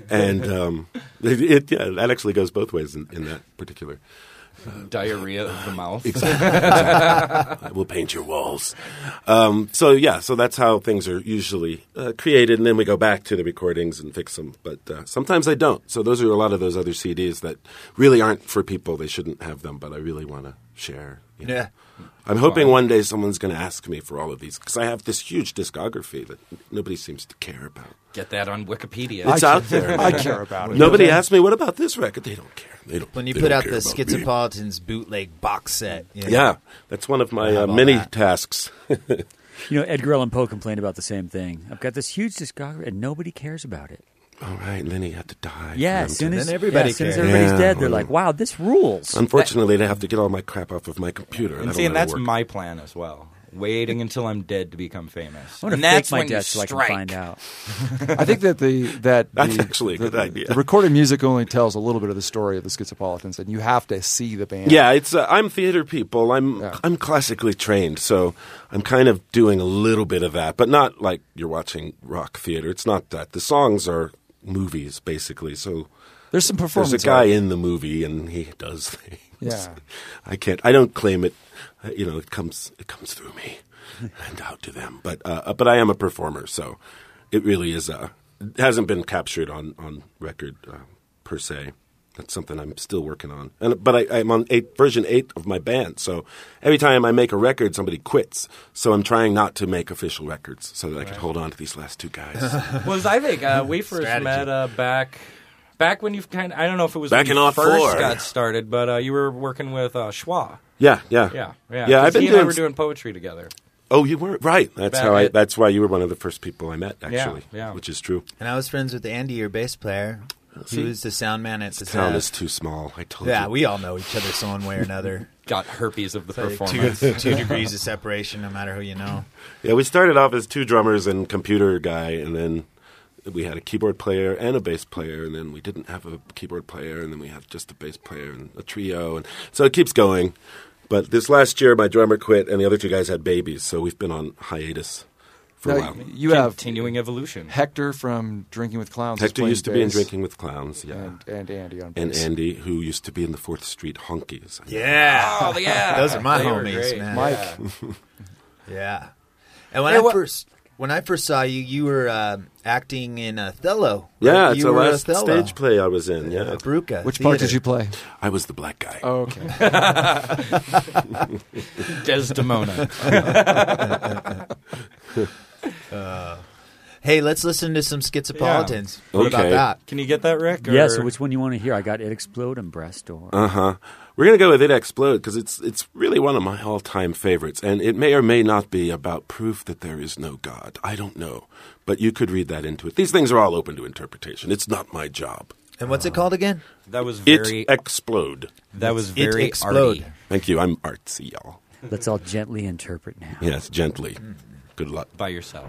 and um, [laughs] it, it, yeah, that actually goes both ways in, in that particular.
Diarrhea of the mouth.
I will paint your walls. Um, so yeah, so that's how things are usually uh, created, and then we go back to the recordings and fix them. But uh, sometimes I don't. So those are a lot of those other CDs that really aren't for people. They shouldn't have them, but I really want to share. you know.
Yeah.
I'm hoping one day someone's going to ask me for all of these because I have this huge discography that nobody seems to care about.
Get that on Wikipedia.
It's out there.
I care about it.
Nobody asked me what about this record. They don't care. They don't.
When you
they
put
don't
out
care
the
about me.
Schizopolitan's bootleg box set. you know?
Yeah, that's one of
I
my uh,
have all
many
that.
tasks.
You know, Edgar Allan Poe complained about the same thing. I've got this huge discography and nobody cares about it.
all right, and then he had to die. for
Yeah,
them
as
to-
soon as,
Then everybody
yeah, as, soon as
cares.
everybody's
Yeah.
dead, they're like, wow, this rules.
Unfortunately, they have to get all my crap off of my computer.
and
That'll
see, and
never
that's
work.
my plan as well. Waiting until I'm dead to become famous.
I'm going
and
to fake
that's
my
when you
death so I can
strike.
find out.
I think that the that
That's
the,
actually a
the-
good idea.
The recorded music only tells a little bit of the story of the Schizopolitans, and you have to see the band.
Yeah, it's uh, I'm theater people. I'm
Yeah.
I'm classically trained, so I'm kind of doing a little bit of that, but not like you're watching rock theater. It's not that. The songs are movies basically. So
there's some performance.
there's a guy
art.
in the movie and he does [laughs] things.
Yeah.
I can't. I don't claim it. Uh, You know, it comes it comes through
[laughs]
me and out to them. But uh, uh, but I am a performer, so it really is. Uh, it hasn't been captured on on record uh, per se. That's something I'm still working on. And but I, I'm on eight, version eight of my band, so every time I make a record, somebody quits. So I'm trying not to make official records so that I can hold on to these last two guys.
[laughs] was I think uh, we first
Strategy.
met uh, back back when you've kind of, I don't know if it was
Back
when
in
you
'04.
first got started, but uh, you were working with uh, Schwa.
yeah, yeah,
Yeah, yeah.
yeah
'Cause
I've been
he
doing
and I were doing poetry together.
Oh, you were right. That's
Back
how I.
at-
That's why you were one of the first people I met,
Yeah,
actually.
yeah.
Which is true.
And I was friends with Andy, your bass player, who
See?
was the sound man at the
The town
time.
is too small. I told
Yeah,
you.
we all know each other so one way or
[laughs]
another.
Got herpes of the
Like,
performance.
Two, two degrees of separation, no matter who you
[laughs]
know.
yeah, we started off as two drummers and computer guy, and then we had a keyboard player and a bass player, and then we didn't have a keyboard player, and then we had just a bass player and a trio, and so it keeps going. But this last year, my drummer quit, and the other two guys had babies, so we've been on hiatus for
Now,
a while.
you have
Continuing evolution.
Hector from Drinking with Clowns. is
Hector
playing
used to be in
bass,
Drinking with Clowns, yeah,
and, and Andy on
and
bass.
Andy, who used to be in the Fourth Street Honkies.
Yeah,
Oh [laughs] yeah,
those are my
They were
homies,
great.
man.
Mike.
Yeah, and when
Yeah,
I
what-
first when I first saw you, you were uh, acting in Othello.
Yeah,
Right?
it's
you
the
were
last
Othello.
stage play I was in. Yeah,
Bruca.
Which part did
Theater.
you play?
I was the black guy.
Oh, okay.
Desdemona.
Hey, let's listen to some Schizopolitans. What about
Okay.
that?
Can you get that, Rick?
Yeah, so
or-
which one you want to hear? I got It Explode and Breast Door.
Uh-huh. We're gonna go with "It Explode" because it's it's really one of my all-time favorites, and it may or may not be about proof that there is no God. I don't know, but you could read that into it. These things are all open to interpretation. It's not my job.
And what's it called again?
that was very
It explode.
that was
It
very
Explode.
arty.
Thank you. I'm artsy, y'all.
Let's all gently interpret now.
Yes, gently. Good luck.
by yourself.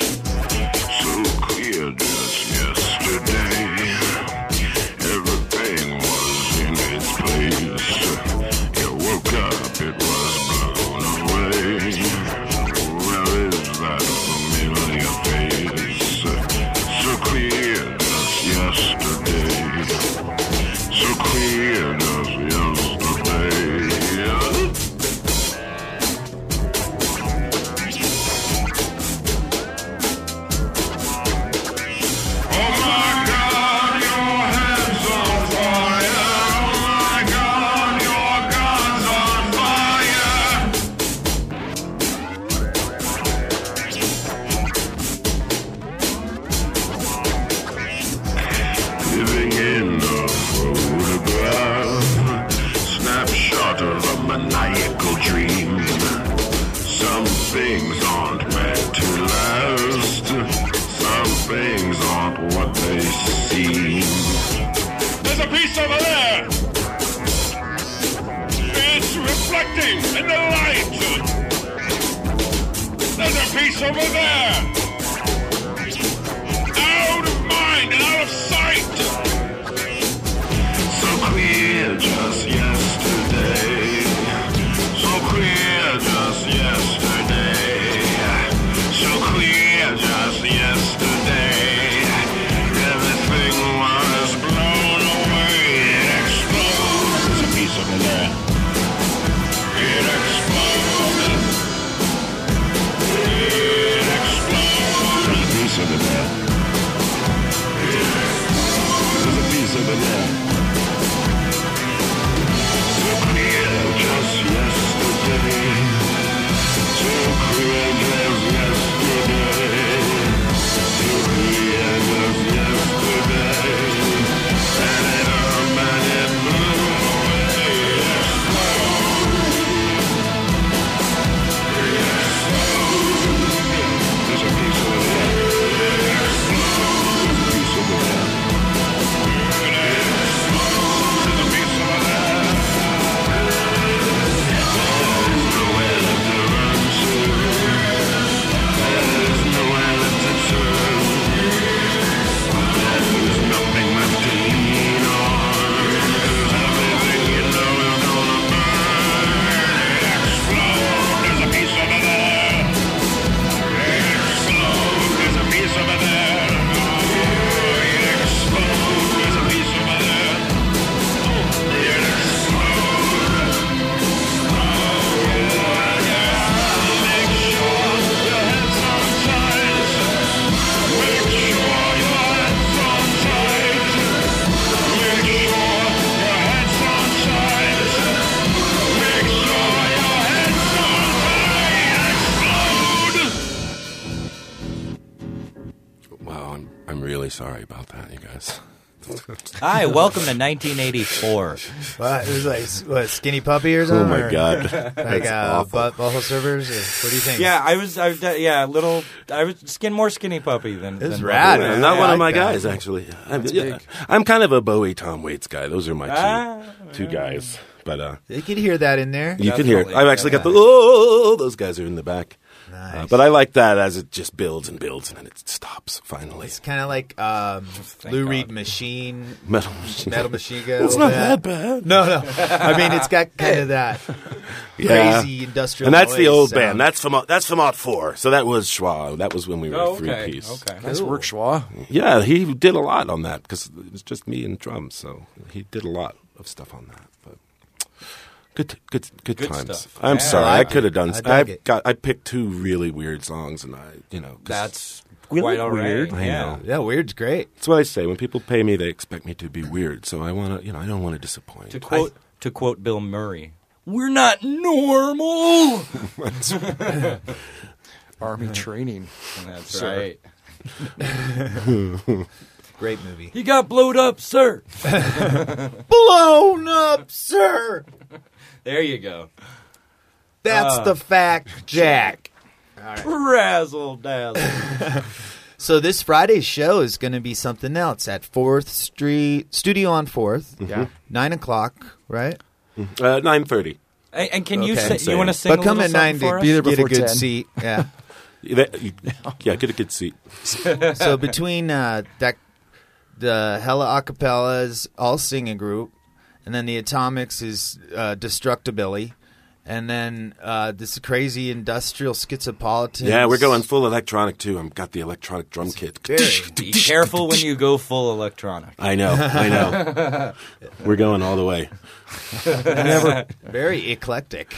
so clear just yesterday. Everything was in its place. You woke up, it was blown away. Where is that familiar face? So clear just yesterday. So clear just yesterday. Oh, Oh, Living in a photograph, snapshot of a maniacal dream. Some things aren't meant to last, some things aren't what they seem. There's a piece over there! It's reflecting in the light! There's a piece over there! out of mind and out of sight. So clear just yesterday. So clear just yesterday. So clear just yesterday. Everything was blown away. It explodes. There's a piece over there. It explodes. It explodes. There's a piece over there. There's a piece of it there. So clear just yesterday. So clear just yesterday. So clear just yesterday. And it all made it blew away. There's a piece of it there. There's a piece of it there. Oh,
Wow, I'm I'm really sorry about that, you guys.
Hi, welcome to 1984.
What, it was like what, Skinny Puppy or something? or
Oh god,
Like uh, butt, butthole servers? Or what do you think?
yeah, I was, I was, yeah, a little, I was skin more skinny puppy than.
It was
than
rad,
Bubba.
man.
I'm not
I
one of
like
my
that.
guys, actually. I'm, yeah, I'm kind of a Bowie Tom Waits guy. Those are my two,
Ah,
two guys. But uh,
You could hear that in there.
you can hear.
Definitely.
I've actually got the oh, those guys are in the back. Uh,
Nice.
but I like that as it just builds and builds and then it stops finally.
It's kind of like um, Lou Reed Machine,
Metal Machine.
Metal Machine Gun.
It's not that bad.
No, no. I mean, it's got kind of that
Yeah.
crazy industrial.
And that's the
noise
old
sound.
band. That's from that's from Art Four. So that was Schwa. That was when we were
Oh,
three
okay.
piece.
Okay.
Nice work, Schwa.
Yeah, he did a lot on that because it was just me and drums. So he did a lot of stuff on that. But good, good, good,
Good
times.
stuff.
I'm
Yeah,
sorry,
I
I,
like it.
could have done.
I dug
I,
it.
got. I picked two really weird songs, and I, you know, 'cause
That's
Really
quite all right.
weird.
I
Yeah.
know.
Yeah, weird's great.
That's what I say. When people pay me, they expect me to be weird. So I want to, you know, I don't want to disappoint.
To quote to quote Bill Murray, "We're not normal."
[laughs] Army training.
That's
Sir.
right.
Great movie.
He got blowed up, sir.
Blown up, sir.
There you go.
That's the fact, Jack.
Razzle dazzle.
So this Friday's show is going to be something else at Fourth Street Studio on Fourth.
Mm-hmm.
Yeah.
nine o'clock, right?
uh, nine thirty.
[laughs] And, and can you
Okay.
say you want to sing?
but come
a
at
little something
nine
for
to
us?
Be there
get a
before
good
10.
seat. Yeah.
Yeah, get a good seat.
[laughs]
so between uh, that, the Hella Acapellas all singing group, and then the Atomics is uh, Destructibility, and then uh, this crazy industrial schizopolitan.
Yeah, we're going full electronic too. I've got the electronic drum kit.
Be careful when you go full electronic.
[laughs] I know, I know. We're going all the way.
very eclectic.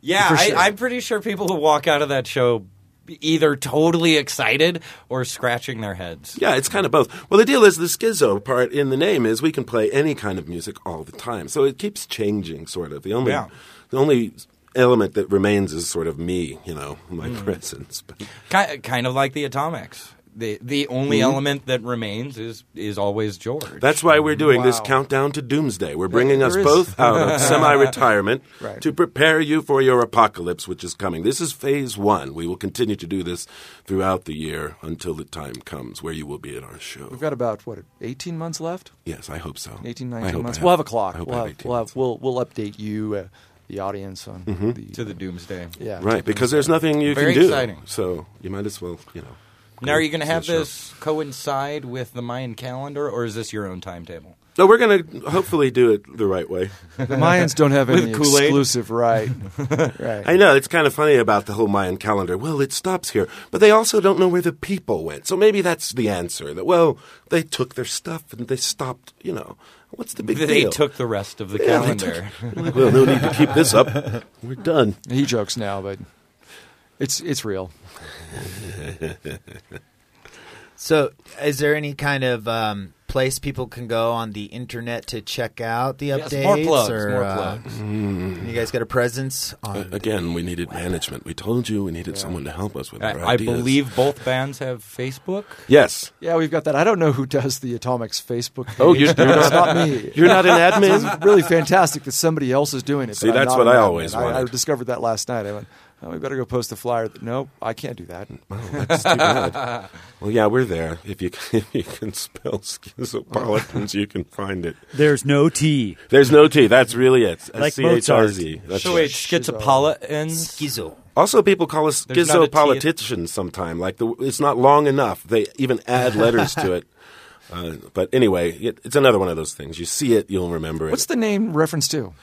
Yeah, I, I'm pretty sure people who walk out of that show either totally excited or scratching their heads.
Yeah, it's kind of both. Well, the deal is the schizo part in the name is we can play any kind of music all the time, so it keeps changing. Sort of the only
Yeah.
the only element that remains is sort of me, you know, my
Mm.
presence. But
Ki- kind of like the Atomics. The the only
Mm-hmm.
element that remains is is always George.
that's why we're doing this countdown to doomsday. We're bringing us both
[laughs]
out of semi-retirement to prepare you for your apocalypse, which is coming. This is phase one. We will continue to do this throughout the year until the time comes where you will be at our show.
We've got about what 18 months left.
Yes, I hope so.
18,
I
19
hope
months.
I
We'll have a
I
clock.
hope
We'll
I
have, we'll,
18
have, we'll, we'll update you, uh, the audience, on the,
to the doomsday.
yeah,
Mm-hmm. Right, because there's nothing you
Very
can do.
exciting.
So you might as well, you know.
Now, are you going to
to
have
the show.
this coincide with the Mayan calendar, or is this your own timetable?
No, we're going to hopefully do it the right way.
The Mayans don't
[laughs]
have any
Kool-Aid?
exclusive right. right.
I know it's kind of funny about the whole Mayan calendar. Well, it stops here, but they also don't know where the people went. So maybe that's the answer. That well, they took their stuff and they stopped. You know, what's the big
They
deal?
took the rest of the
[laughs] Yeah, they
calendar.
took- Like, [laughs] well, no need to keep this up. We're done.
He jokes now, but it's it's real.
So, is there any kind of um, place people can go on the internet to check out the updates?
Yes, more plugs,
or,
more
uh,
plugs.
Mm-hmm.
you guys got a presence on
Again, we needed management. We told you we needed someone to help us with
I,
our
I
ideas.
believe both bands have Facebook. [laughs]
Yes.
Yeah, we've got that. I don't know who does the Atomics Facebook. Page.
Oh, you're-
but it's not me.
You're not an admin.
It's really fantastic that somebody else is doing it.
See,
but I'm
that's
not
what
an
I
admin.
always
I,
wanted.
discovered that last night. I went, oh, we better go post a flyer. No, I can't do that.
That's too bad. Well, yeah, we're there. If you if you can [laughs] spell schizopolitans, you can find it.
There's no T.
There's no T. That's really it.
Like
S C H R Z. That's uh,
So
it.
wait, schizopolitans.
Schizo?
Also, people call us
There's not a T at-
schizopoliticians sometime. Like the, it's not long enough. They even add
[laughs]
letters to it. Uh, but anyway, it, it's another one of those things. You see it, you'll remember it.
What's the name reference to?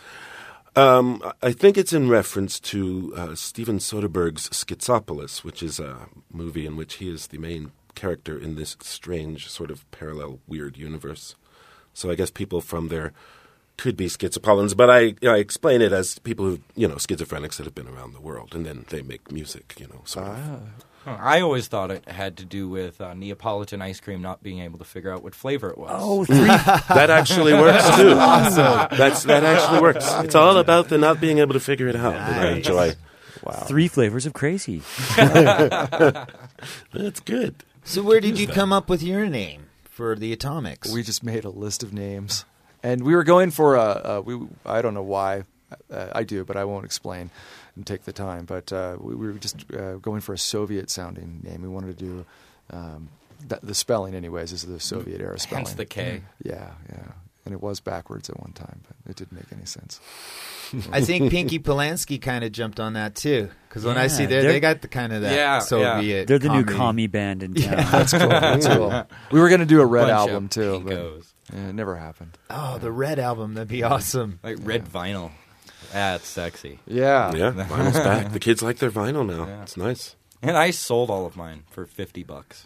I think it's in reference to uh, Steven Soderbergh's Schizopolis, which is a movie in which he is the main character in this strange sort of parallel weird universe. So I guess people from there could be schizopolitans, but I, I explain it as people who you know schizophrenics that have been around the world, and then they make music, you know. Sort of.
I always thought it had to do with uh, Neapolitan ice cream not being able to figure out what flavor it was.
Oh, three.
[laughs] That actually works too. [laughs] awesome. That's that actually works. It's all about the not being able to figure it out that I enjoy.
Three flavors of crazy.
That's good.
So, where did you come up with your name for the Atomics?
We just made a list of names, and we were going for a. a we I don't know why, uh, I do, but I won't explain and take the time. But uh, we, we were just uh, going for a Soviet sounding name. We wanted to do um, th- the spelling, anyways, is the Soviet era spelling.
Hence the K.
yeah, yeah. and it was backwards at one time, but it didn't make any sense.
I think Pinky Polanski kind of jumped on that too, because when I see
Yeah,
there,
they're-
they got the kind of that.
Yeah,
so
yeah.
be it.
They're the
comedy.
new commie band in town.
[laughs]
That's cool. That's cool. We were gonna do a red
Bunch of
album too, but
pinkos.
yeah, it never happened.
Oh, the Red album. That'd be awesome.
Like red vinyl. That's sexy.
Yeah.
Yeah, vinyl's back. The kids like their vinyl now. It's nice.
And I sold all of mine for 50 bucks.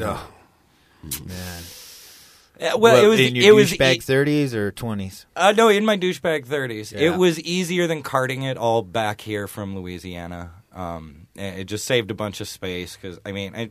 Oh, man.
Uh, well, it was
in your
it was
douchebag
e-
30s or 20s.
uh, no in my douchebag 30s.
Yeah.
It was easier than carting it all back here from Louisiana. Um, and it just saved a bunch of space because I mean, I,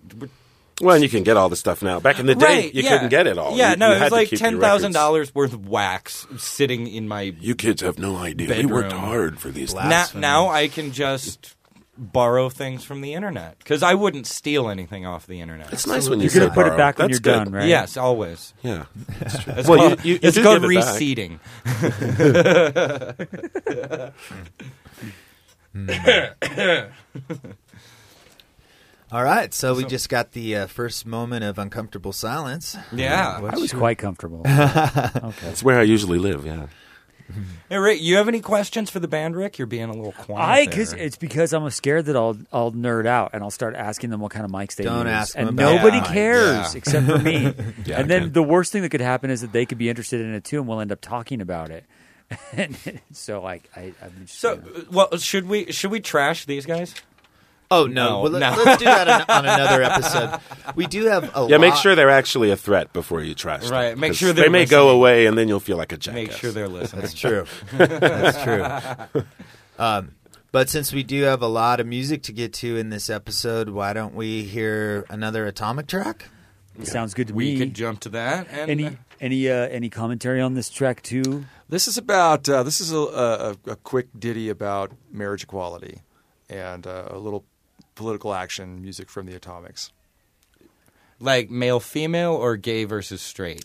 Well, and you can get all the stuff now. Back in the day,
right?
you
yeah.
couldn't get it all.
Yeah,
You-
no,
you
it
had
was
to
like
keep your
ten thousand
records.
dollars worth of wax sitting in my
You kids have no idea. We worked
Bedroom.
hard for these.
Black.
now,
That's
now I can just borrow things from the internet because I wouldn't steal anything off the internet.
It's nice when you
You're gonna
say
put it
borrow.
back when
That's
you're
good.
done, right?
Yes, always.
Yeah.
It's
Well, you-
called,
you- you
it's
do
called
give it back.
reseeding.
All right, so we just got the uh, first moment of uncomfortable silence.
Yeah.
What
I was
you-
quite comfortable.
That's where I usually live. Yeah.
Hey, Rick, you have any questions for the band, Rick? You're being a little quiet.
I
there.
because it's because I'm scared that I'll I'll nerd out and I'll start asking them what kind of mics they
Don't
use,
ask them
and
about
nobody
mics.
cares
Yeah.
except for me.
Yeah,
and then
okay.
the worst thing that could happen is that they could be interested in it too, and we'll end up talking about it. [laughs] and so like I, I'm just,
so. uh, Well, should we should we trash these guys?
Oh no!
No,
well, let,
no.
us do that on, on another episode. We do have a
Yeah, make
lot-
sure they're actually a threat before you trash them.
Right, make
'Cause
sure
they
they're
may go
listening.
away, and then you'll feel like a jackass.
Make sure [laughs] they're listening.
That's true. That's true. Um, [laughs] but since we do have a lot of music to get to in this episode, why don't we hear another Atomic track?
it sounds good to
we
me.
could jump to that. And
any any uh, any commentary on this track too?
This is about uh, this is a, a, a quick ditty about marriage equality and uh, a little political action music from the Atomics.
like male, female, or gay versus straight.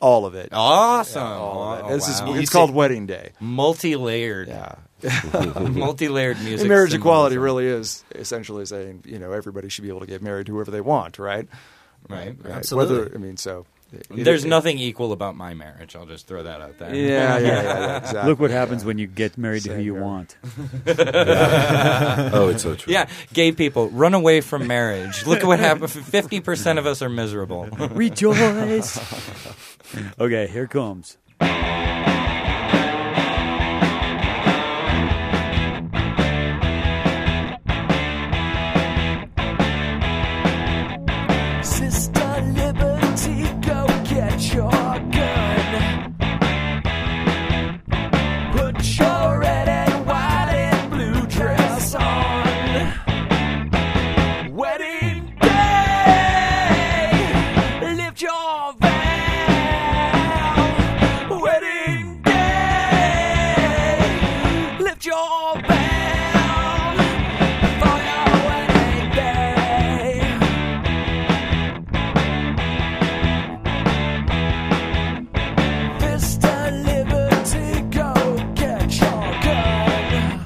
All of it.
Awesome.
All of it.
Oh,
this
wow.
is it's called Wedding Day.
multi-layered.
Yeah.
[laughs]
[laughs]
multi-layered music.
And marriage
symbolism.
equality really is essentially saying you know everybody should be able to get married to whoever they want, right?
Right.
Absolutely.
Whether I mean so. it- it-
There's
it-
nothing equal about my marriage. I'll just throw that out there.
Yeah, yeah, yeah, yeah,
Uh,
exactly.
Look what happens when you get married to who
Same
you
here.
[laughs]
want.
Oh, it's so
[laughs] [laughs]
true.
Yeah, gay people run away from marriage. Look at what happened. Fifty percent of us are miserable.
[laughs]
Rejoice. okay, here comes.
Sister Liberty, go get your gun. Put your red and white and blue dress on. Wedding day, lift your veil. Wedding day, lift your veil for your wedding day. Vista Liberty, go get your gun.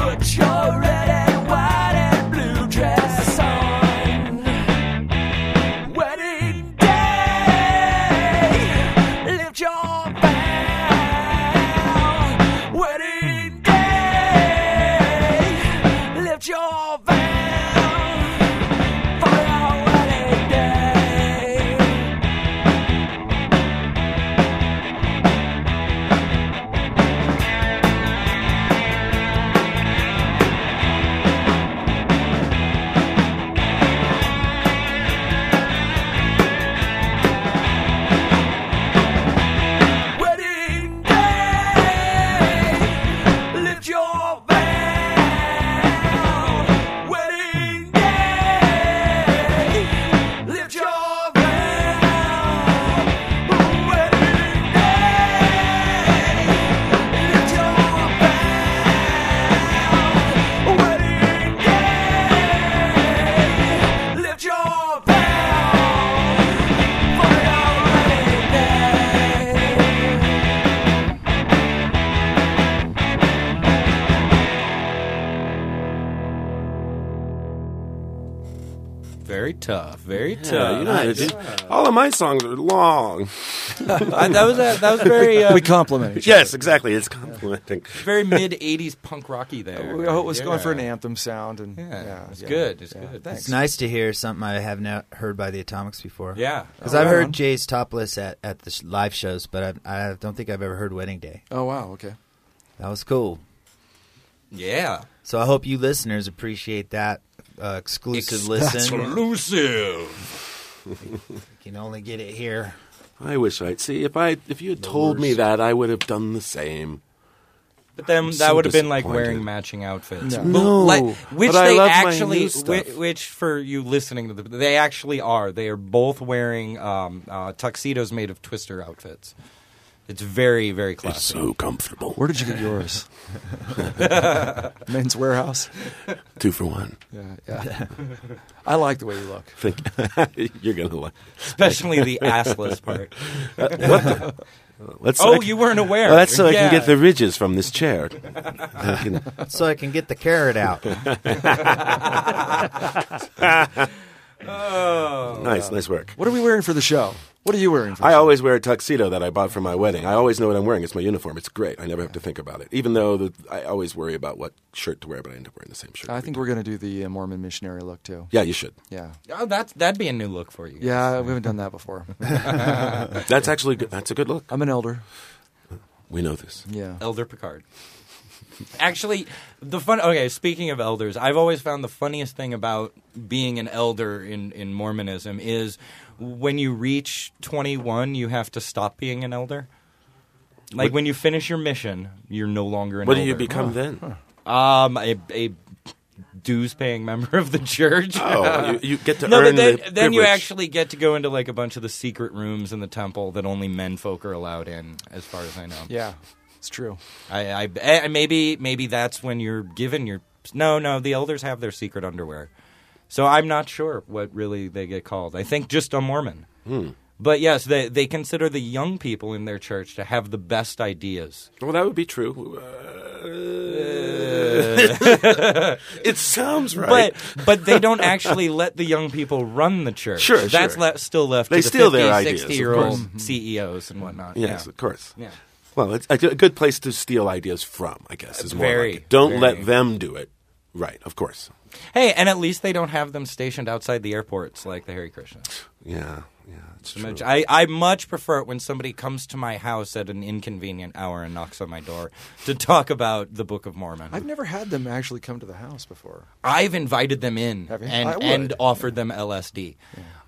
Put your red and white and blue dress on. Wedding day, lift your veil. Wedding day, lift your veil for your wedding day. Wedding day, lift your veil. Wedding day, lift your veil. Wedding day, lift your veil. Wedding day, lift your veil for your wedding day.
Very tough. Very
Yeah,
tough.
you know how to do- All of my songs are
[laughs]
long.
I- that was a- that was [laughs] very, uh, We compliment each
Yes,
other.
exactly. It's complimenting.
Very mid '80s punk rocky there.
Oh, We hope it's going for an
Yeah.
anthem sound, and
Yeah,
yeah,
it's
yeah,
good, it's
yeah.
good.
Thanks.
It's nice to hear something I have not heard by the Atomics before.
Yeah.
because
Oh,
I've
right
heard
on.
Jay's topless at at the sh- live shows, but I, I don't think I've ever heard Wedding Day.
Oh wow, okay.
That was cool.
Yeah.
So I hope you listeners appreciate that uh, exclusive listen.
Exclusive.
You can only get it here.
I wish I'd see if I if you had told me that I would have done the same.
But then
I'm
that
so
would have been like
disappointed.
wearing matching outfits.
No.
But,
No,
like, which
but I
they
love my
actually,
new stuff.
whi- which for you listening to the, they actually are. They are both wearing um, uh, tuxedos made of Twister outfits. It's very, very classy. It's
so comfortable.
Where did you get
[laughs]
yours? Men's Warehouse.
Two for one.
Yeah, yeah. I like the way you look.
Think [laughs] you're gonna like,
[laughs] Especially the assless
[laughs]
part.
Uh,
[laughs]
what the- Let's,
Oh,
I can-
you weren't aware.
Well, that's so I
Yeah.
can get the ridges from
[laughs]
this chair. Uh, I can-
so I can get the carrot
[laughs]
out.
Oh,
nice, nice work.
What are we wearing for the show? What are you wearing? For
I always wear a tuxedo that I bought for my wedding. I always know what I'm wearing. It's my uniform. It's great. I never have to think about it. Even though the, I always worry about what shirt to wear, but I end up wearing the same shirt.
I think we're going to do the uh, Mormon missionary look too.
Yeah, you should.
Yeah.
Oh, that's that'd be a new look for you.
Yeah, we haven't done that [laughs] before.
that's actually good. That's a good look.
I'm an elder.
We know this.
Yeah.
Elder Picard. Actually, the fun. Okay, speaking of elders, I've always found the funniest thing about being an elder in, in Mormonism is when you reach 21, you have to stop being an elder. Like
What-
when you finish your mission, you're no longer an
What do
elder.
you become then?
Um, a, a dues paying member of the church. [laughs]
Oh, you- you get to
no, but
earn
then,
the
then you
privilege.
actually get to go into like a bunch of the secret rooms in the temple that only men folk are allowed in, as far as I know.
Yeah, it's true.
I, I, eh, maybe maybe that's when you're given your no no the elders have their secret underwear, so I'm not sure what really they get called. I think just a Mormon.
Hmm.
But yes, they they consider the young people in their church to have the best ideas.
Well, that would
[laughs]
be true. Uh,
Uh,
[laughs] it sounds right.
But but they don't actually let the young people run the church.
Sure,
that's
sure.
le- still left. to
They steal
the 50,
their
60
ideas, of
year old
course. Mhm.
CEOs and whatnot.
Yes,
yeah.
of course.
Yeah.
Well, it's a good a good place to steal ideas from, I guess, is more like
Very,
it. Don't
very.
let them do it. Right, of course.
Hey, and at least they don't have them stationed outside the airports like the Hare Krishnas.
Yeah, yeah, it's true.
Much- I, I much prefer it when somebody comes to my house at an inconvenient hour and knocks on my door to talk about the Book of Mormon.
I've never had them actually come to the house before.
I've invited them in
Have you? I
and,
would.
and offered them LSD.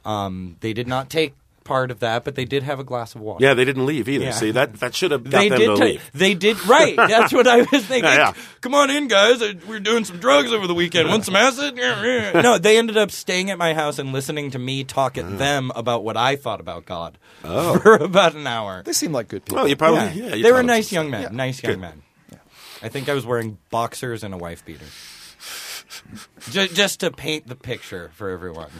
Um, they did not take part of that, but they did have a glass of water.
Yeah, they didn't leave either.
Yeah.
See, that that should have got
They
them
did.
to
ta-
leave.
they did. Right. That's what I
[laughs]
was thinking.
Yeah, yeah.
Come on in, guys. I- We're doing some drugs over the weekend. Want some acid? Yeah, yeah. no, they ended up staying at my house and listening to me talk at them about what I thought about God
Mm.
[laughs]
Oh.
for about an hour.
They seem like good people.
Well, you probably Oh, yeah. you
they
taught
were
them
nice
some
young
stuff.
men. Nice young men. I think I was wearing boxers and a wife beater. just, just to paint the picture for everyone.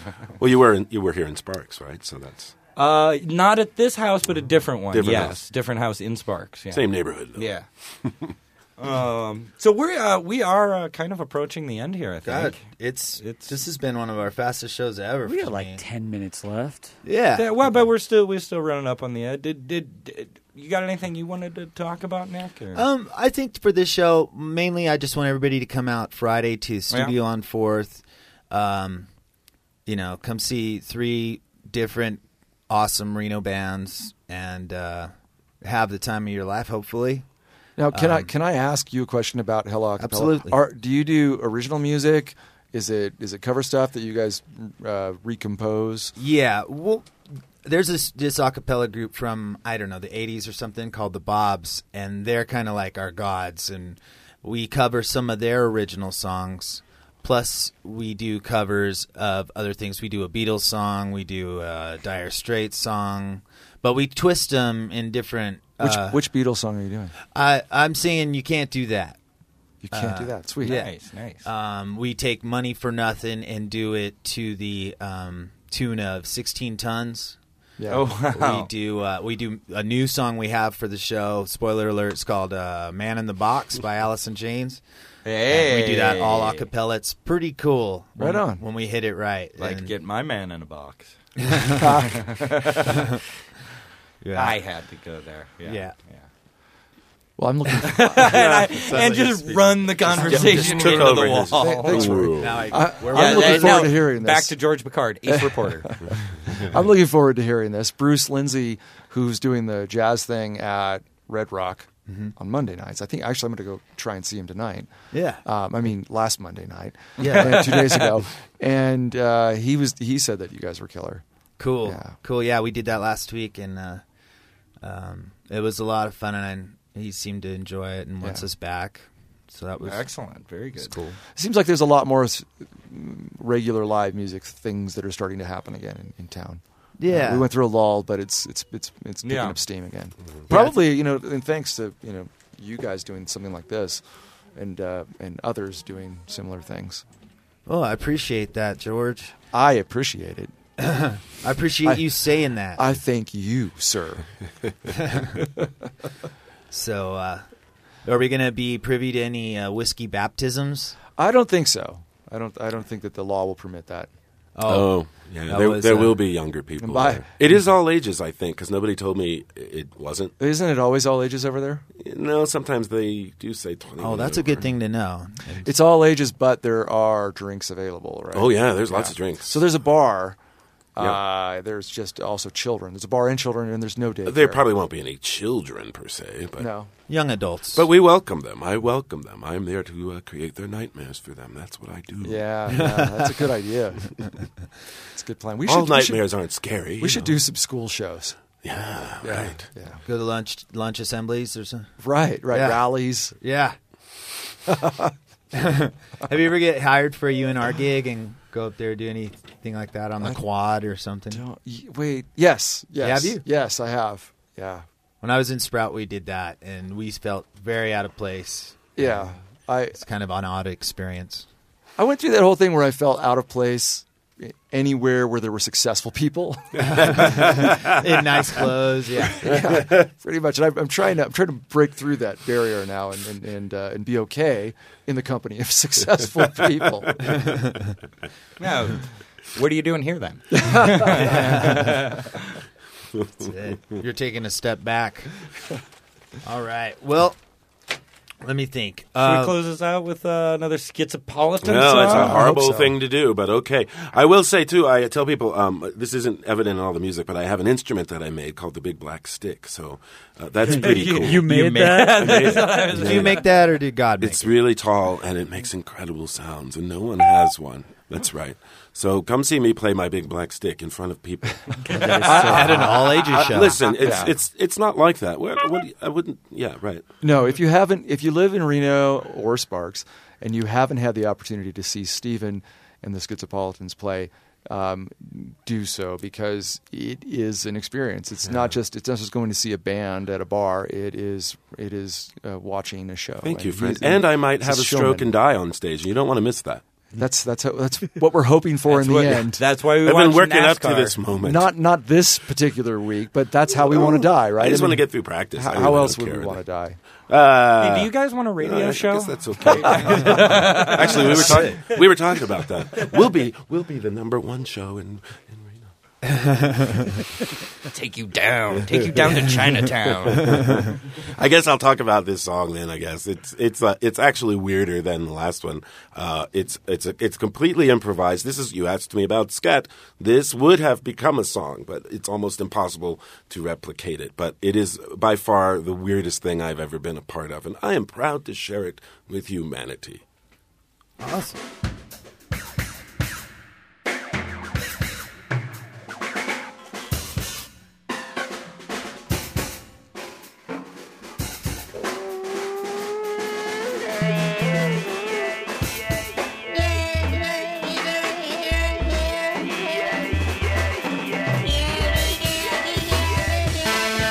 Well, you were in, you were here in Sparks, right? So that's
Uh, not at this house, but a different one.
Different
yes,
house.
different house in Sparks. Yeah.
same neighborhood. Though. [laughs]
Yeah. um, so we're uh, we are uh, kind of approaching the end here. I think.
God, it's, it's this has been one of our fastest shows ever.
We
for
got like
me.
ten minutes left.
yeah.
Yeah, well, but we're still we're still running up on the end. Did, did did you got anything you wanted to talk about, Nick? or-
Um, I think for this show, mainly I just want everybody to come out Friday to Studio on Fourth. Um, you know, come see three different awesome Reno bands and uh, have the time of your life. Hopefully,
Now, can I can I ask you a question about Hella
Um,
Acapella?
Absolutely.
Are, do you do original music? Is it is it cover stuff that you guys uh, recompose?
yeah. Well, there's this this acapella group from I don't know the '80s or something called the Bobs, and they're kind of like our gods, and we cover some of their original songs. Plus, we do covers of other things. We do a Beatles song, we do a Dire Straits song, but we twist them in different.
Which
uh,
which Beatles song are you doing?
I, I'm saying you can't do that.
You can't do that. Sweet.
uh, yeah.
Nice, nice.
Um, we take money for nothing and do it to the um, tune of 16 tons. Yeah.
Oh, wow.
We do uh, we do a new song we have for the show. Spoiler alert! It's called uh, "Man in the Box" by Alice in Chains. And we do that all a
Hey.
cappella. It's pretty cool. when-
Right on.
When we hit it right,
Like,
And-
get my man in a box.
Yeah.
I had to go there. Yeah.
Yeah.
[laughs]
Well,
[laughs]
I'm looking. For,
and [laughs] I- and just run the conversation into the wall.
Thanks, Rory.
Now I-
I,
where was
am
I?
looking forward
Now,
to hearing this.
back to George Picard,
[laughs]
Ace Reporter.
I'm looking forward to hearing this. Bruce Lindsay, who's doing the jazz thing at Red Rock
Mm-hmm.
on Monday nights. I think actually I'm going to go try and see him tonight.
Yeah.
Um, I mean, last Monday night.
Yeah.
And two days ago, and uh, he was he said that you guys were killer.
Cool,
Yeah.
cool. Yeah, we did that last week, and uh, um, it was a lot of fun. And I, he seemed to enjoy it, and wants
Yeah.
us back. So that was
Excellent. Very
it's
good.
cool.
It seems like there's a lot more s- regular live music things that are starting to happen again in, in town.
Yeah.
we went through a lull, but it's it's it's it's picking
Yeah.
up steam again. Mm-hmm. Probably, you know, and thanks to you know you guys doing something like this, and uh, and others doing similar things.
Oh, I appreciate that, George.
I appreciate it.
I appreciate
I-
you saying that.
I thank you, [laughs] sir.
so, uh, are we gonna be privy to any uh, whiskey baptisms?
I don't think so. I don't. I don't think that the law will permit that.
Oh, yeah.
that
There,
was,
there
uh,
will be younger people.
by-
there. It is all ages, I think, because nobody told me it wasn't.
Isn't it always all ages over there?
No, sometimes they do say 20.
Oh,
and
that's a
over.
good thing to know.
It's all ages, but there are drinks available, right?
Oh, yeah, there's lots of drinks.
So there's a bar.
Yeah.
Uh, there's just also children. There's a bar and children, and there's no daycare.
There probably won't be any children per se, but
no.
Young adults,
but we welcome them. I welcome them. I'm there to uh, create their nightmares for them. That's what I do.
Yeah, yeah, that's a good idea. It's a good plan. We
all
should,
nightmares
We
aren't scary.
should,
you
we should
know.
do some school shows.
Yeah, right.
Yeah.
go to lunch lunch assemblies or something.
Right. Right.
Yeah.
Rallies.
[laughs] Yeah. Have you ever get hired for a UNR gig and go up there do anything like that on the quad or something?
Don't y- wait. Yes. Yes.
Have you?
Yes, I have. Yeah.
When I was in Sprout, we did that, and we felt very out of place.
Yeah. I
It's kind of an odd
[laughs]
experience.
I went through that whole thing where I felt out of place eh, anywhere where there were successful people. [laughs]
In nice clothes, yeah.
pretty much. And I'm, I'm trying to I'm trying to break through that barrier now and and and, uh, and be okay in the company of [laughs] successful people.
No. What are you doing here then?
That's it. You're taking a step back. All right. Well, let me think.
Should we
Uh,
close this out with uh, another schizopolitan
No, it's a
song?
horrible
so.
thing to do, but okay. I will say too. I tell people um, this isn't evident in all the music, but I have an instrument that I made called the Big Black Stick. So uh,
[laughs]
that's pretty cool.
You made that?
[laughs]
did you make that, or did God make
It's
it?
really tall and it makes incredible sounds, and no one has one. That's right. So come see me play my Big Black Stick in front of people.
At an all
Uh,
ages show.
Uh,
Listen, it's it's it's not like that. What, what, I wouldn't. Yeah, right.
No, if you haven't, if you live in Reno or Sparks and you haven't had the opportunity to see Stephen and the Schizopolitans play, um, do so because it is an experience. It's not just it's not just going to see a band at a bar. It is it is uh, watching a show.
Thank you,
And
friend.
he's-
And I might
he's
have a stroke
showman.
and die on stage. You don't want to miss that.
That's that's how, that's what we're hoping for in the
What-
end.
That's why we
I've
watch
been working up to
NASCAR.
this moment.
Not not this particular week, but that's how we want to die, right?
I just
mean,
want to get through practice.
How,
I
how
really
else
don't
would we
care.
want to die?
Uh,
Hey, do you guys want a radio
I
show?
guess that's
[laughs]
okay. Actually, we were talking. We were talking about that. We'll be we'll be the number one show in in Reno.
take you down. Take you down
[laughs]
to
[laughs]
Chinatown.
I guess I'll talk about this song then. I guess it's it's uh, it's actually weirder than the last one. Uh, it's it's it's completely improvised. This is you asked me about scat. This would have become a song, but it's almost impossible to replicate it. But it is by far the weirdest thing I've ever been a part of, and I am proud to share it with humanity.
Awesome.
Yeah.
[laughs]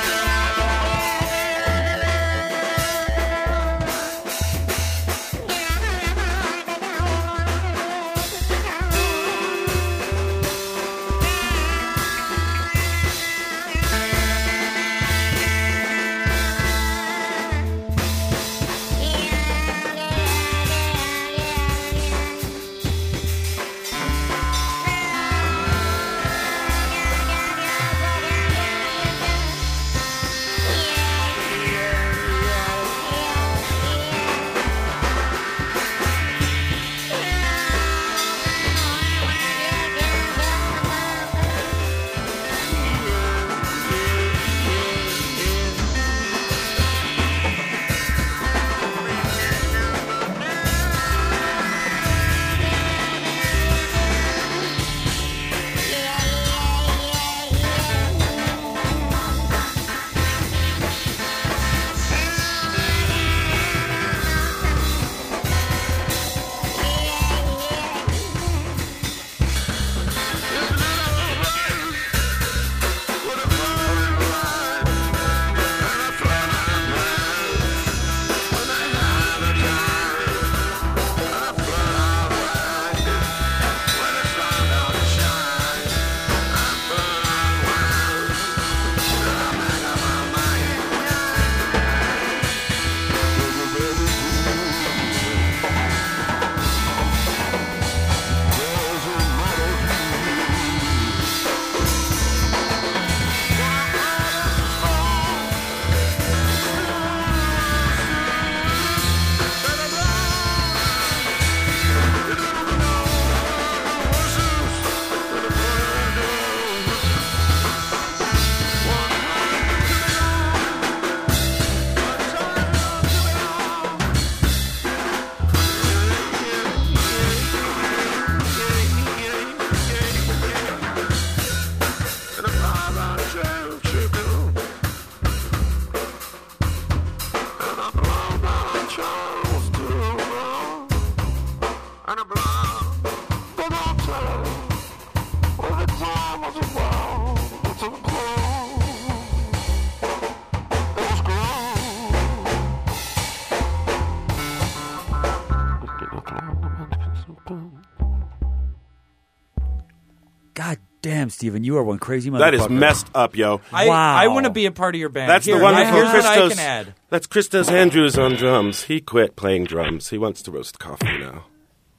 God damn, Steven, you are one crazy motherfucker.
That is messed up, yo.
I,
wow.
I want to be a part of your band.
That's
Here,
the wonderful
here's what I
Christos.
can add.
That's Christos Andrews on drums. He quit playing drums. He wants to roast coffee now.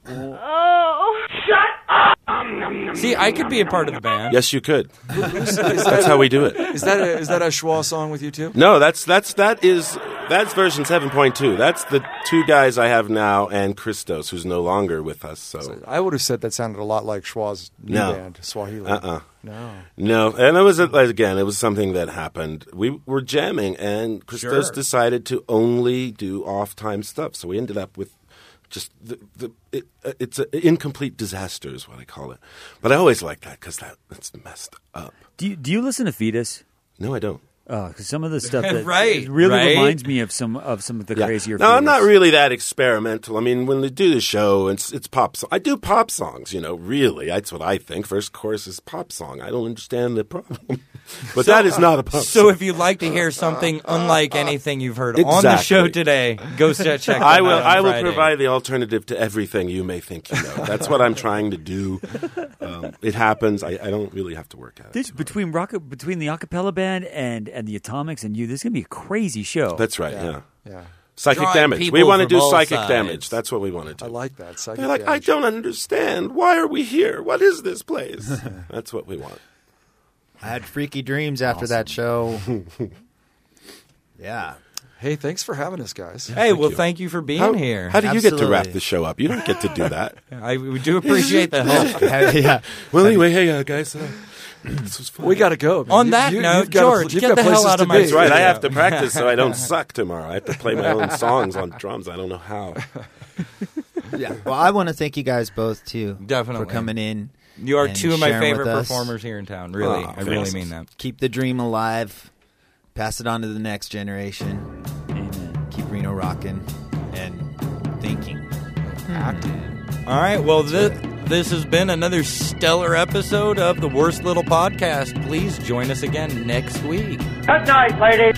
Oh, shut up!
See, I could be a part of the band.
Yes, you could. that's how we do it.
Is that a, is that a schwa song with you too?
No, that's that's that is that's version seven point two. That's the two guys I have now and Christos, who's no longer with us. So
I would have said that sounded a lot like Schwa's new
No.
band, Swahili.
Uh-uh.
No.
no, and it was like, again, it was something that happened. We were jamming, and Christos
Sure.
decided to only do off time stuff. So we ended up with just the, the it, uh, it's an incomplete disaster is what I call it. But I always like that because that that's messed up.
Do you, do you listen to Fetus?
No, I don't.
Oh, 'cause some of the stuff
[laughs]
that
Right,
it really
right.
reminds me of some of some of the
Yeah.
crazier.
No, I'm not
Fetus.
really that experimental. I mean, when they do the show, it's it's pop. So- I do pop songs, you know. Really, that's what I think. First chorus is pop song. I don't understand the problem, [laughs] but that is not a pop.
So
song.
if you'd like to hear something unlike anything you've heard on the
Exactly.
show today, go se-
[laughs]
check. them
I will.
out on
I will
Friday.
provide the alternative to everything you may think you know. That's what I'm trying to do. Um, it happens. I, I don't really have to work at it.
This between rock between the acapella band and and the Atomics and you, this is gonna be a crazy show.
That's right. Yeah.
Yeah.
Psychic
Drawing
damage. We
people
want to
from
do
all
psychic
sides.
damage. That's what we want to do.
I like that. Psychic
They're like, I
Damage.
don't understand. Why are we here? What is this place? That's what we want.
I had freaky dreams after
[laughs]
that show. [laughs] yeah.
Hey, thanks for having us, guys.
Hey, well, thank you for being
How,
here.
how do you get to wrap
Absolutely.
the show up? You don't get to [laughs] do that.
I we do appreciate the
[laughs]
help.
yeah.
well, anyway, hey uh, guys, uh, this was fun.
We got to go. man.
On that note,
you've got a-
George,
you've
get
got
the hell
places
out of
to
my
be.
That's [laughs] right. I have to practice so I don't [laughs] suck tomorrow. I have to play my own songs on drums. I don't know how.
Yeah. Well, I want to thank you guys both too.
Definitely.
for coming in.
You are
and
two of my
sharing with
favorite
us. Ah,
performers here in town. Really,
Aw,
I really
thanks.
mean that.
Keep the dream alive. Pass it on to the next generation. Keep Reno rocking and thinking.
All right. Well, this, this has been another stellar episode of the Worst Little Podcast. Please join us again next week.
Good night, ladies.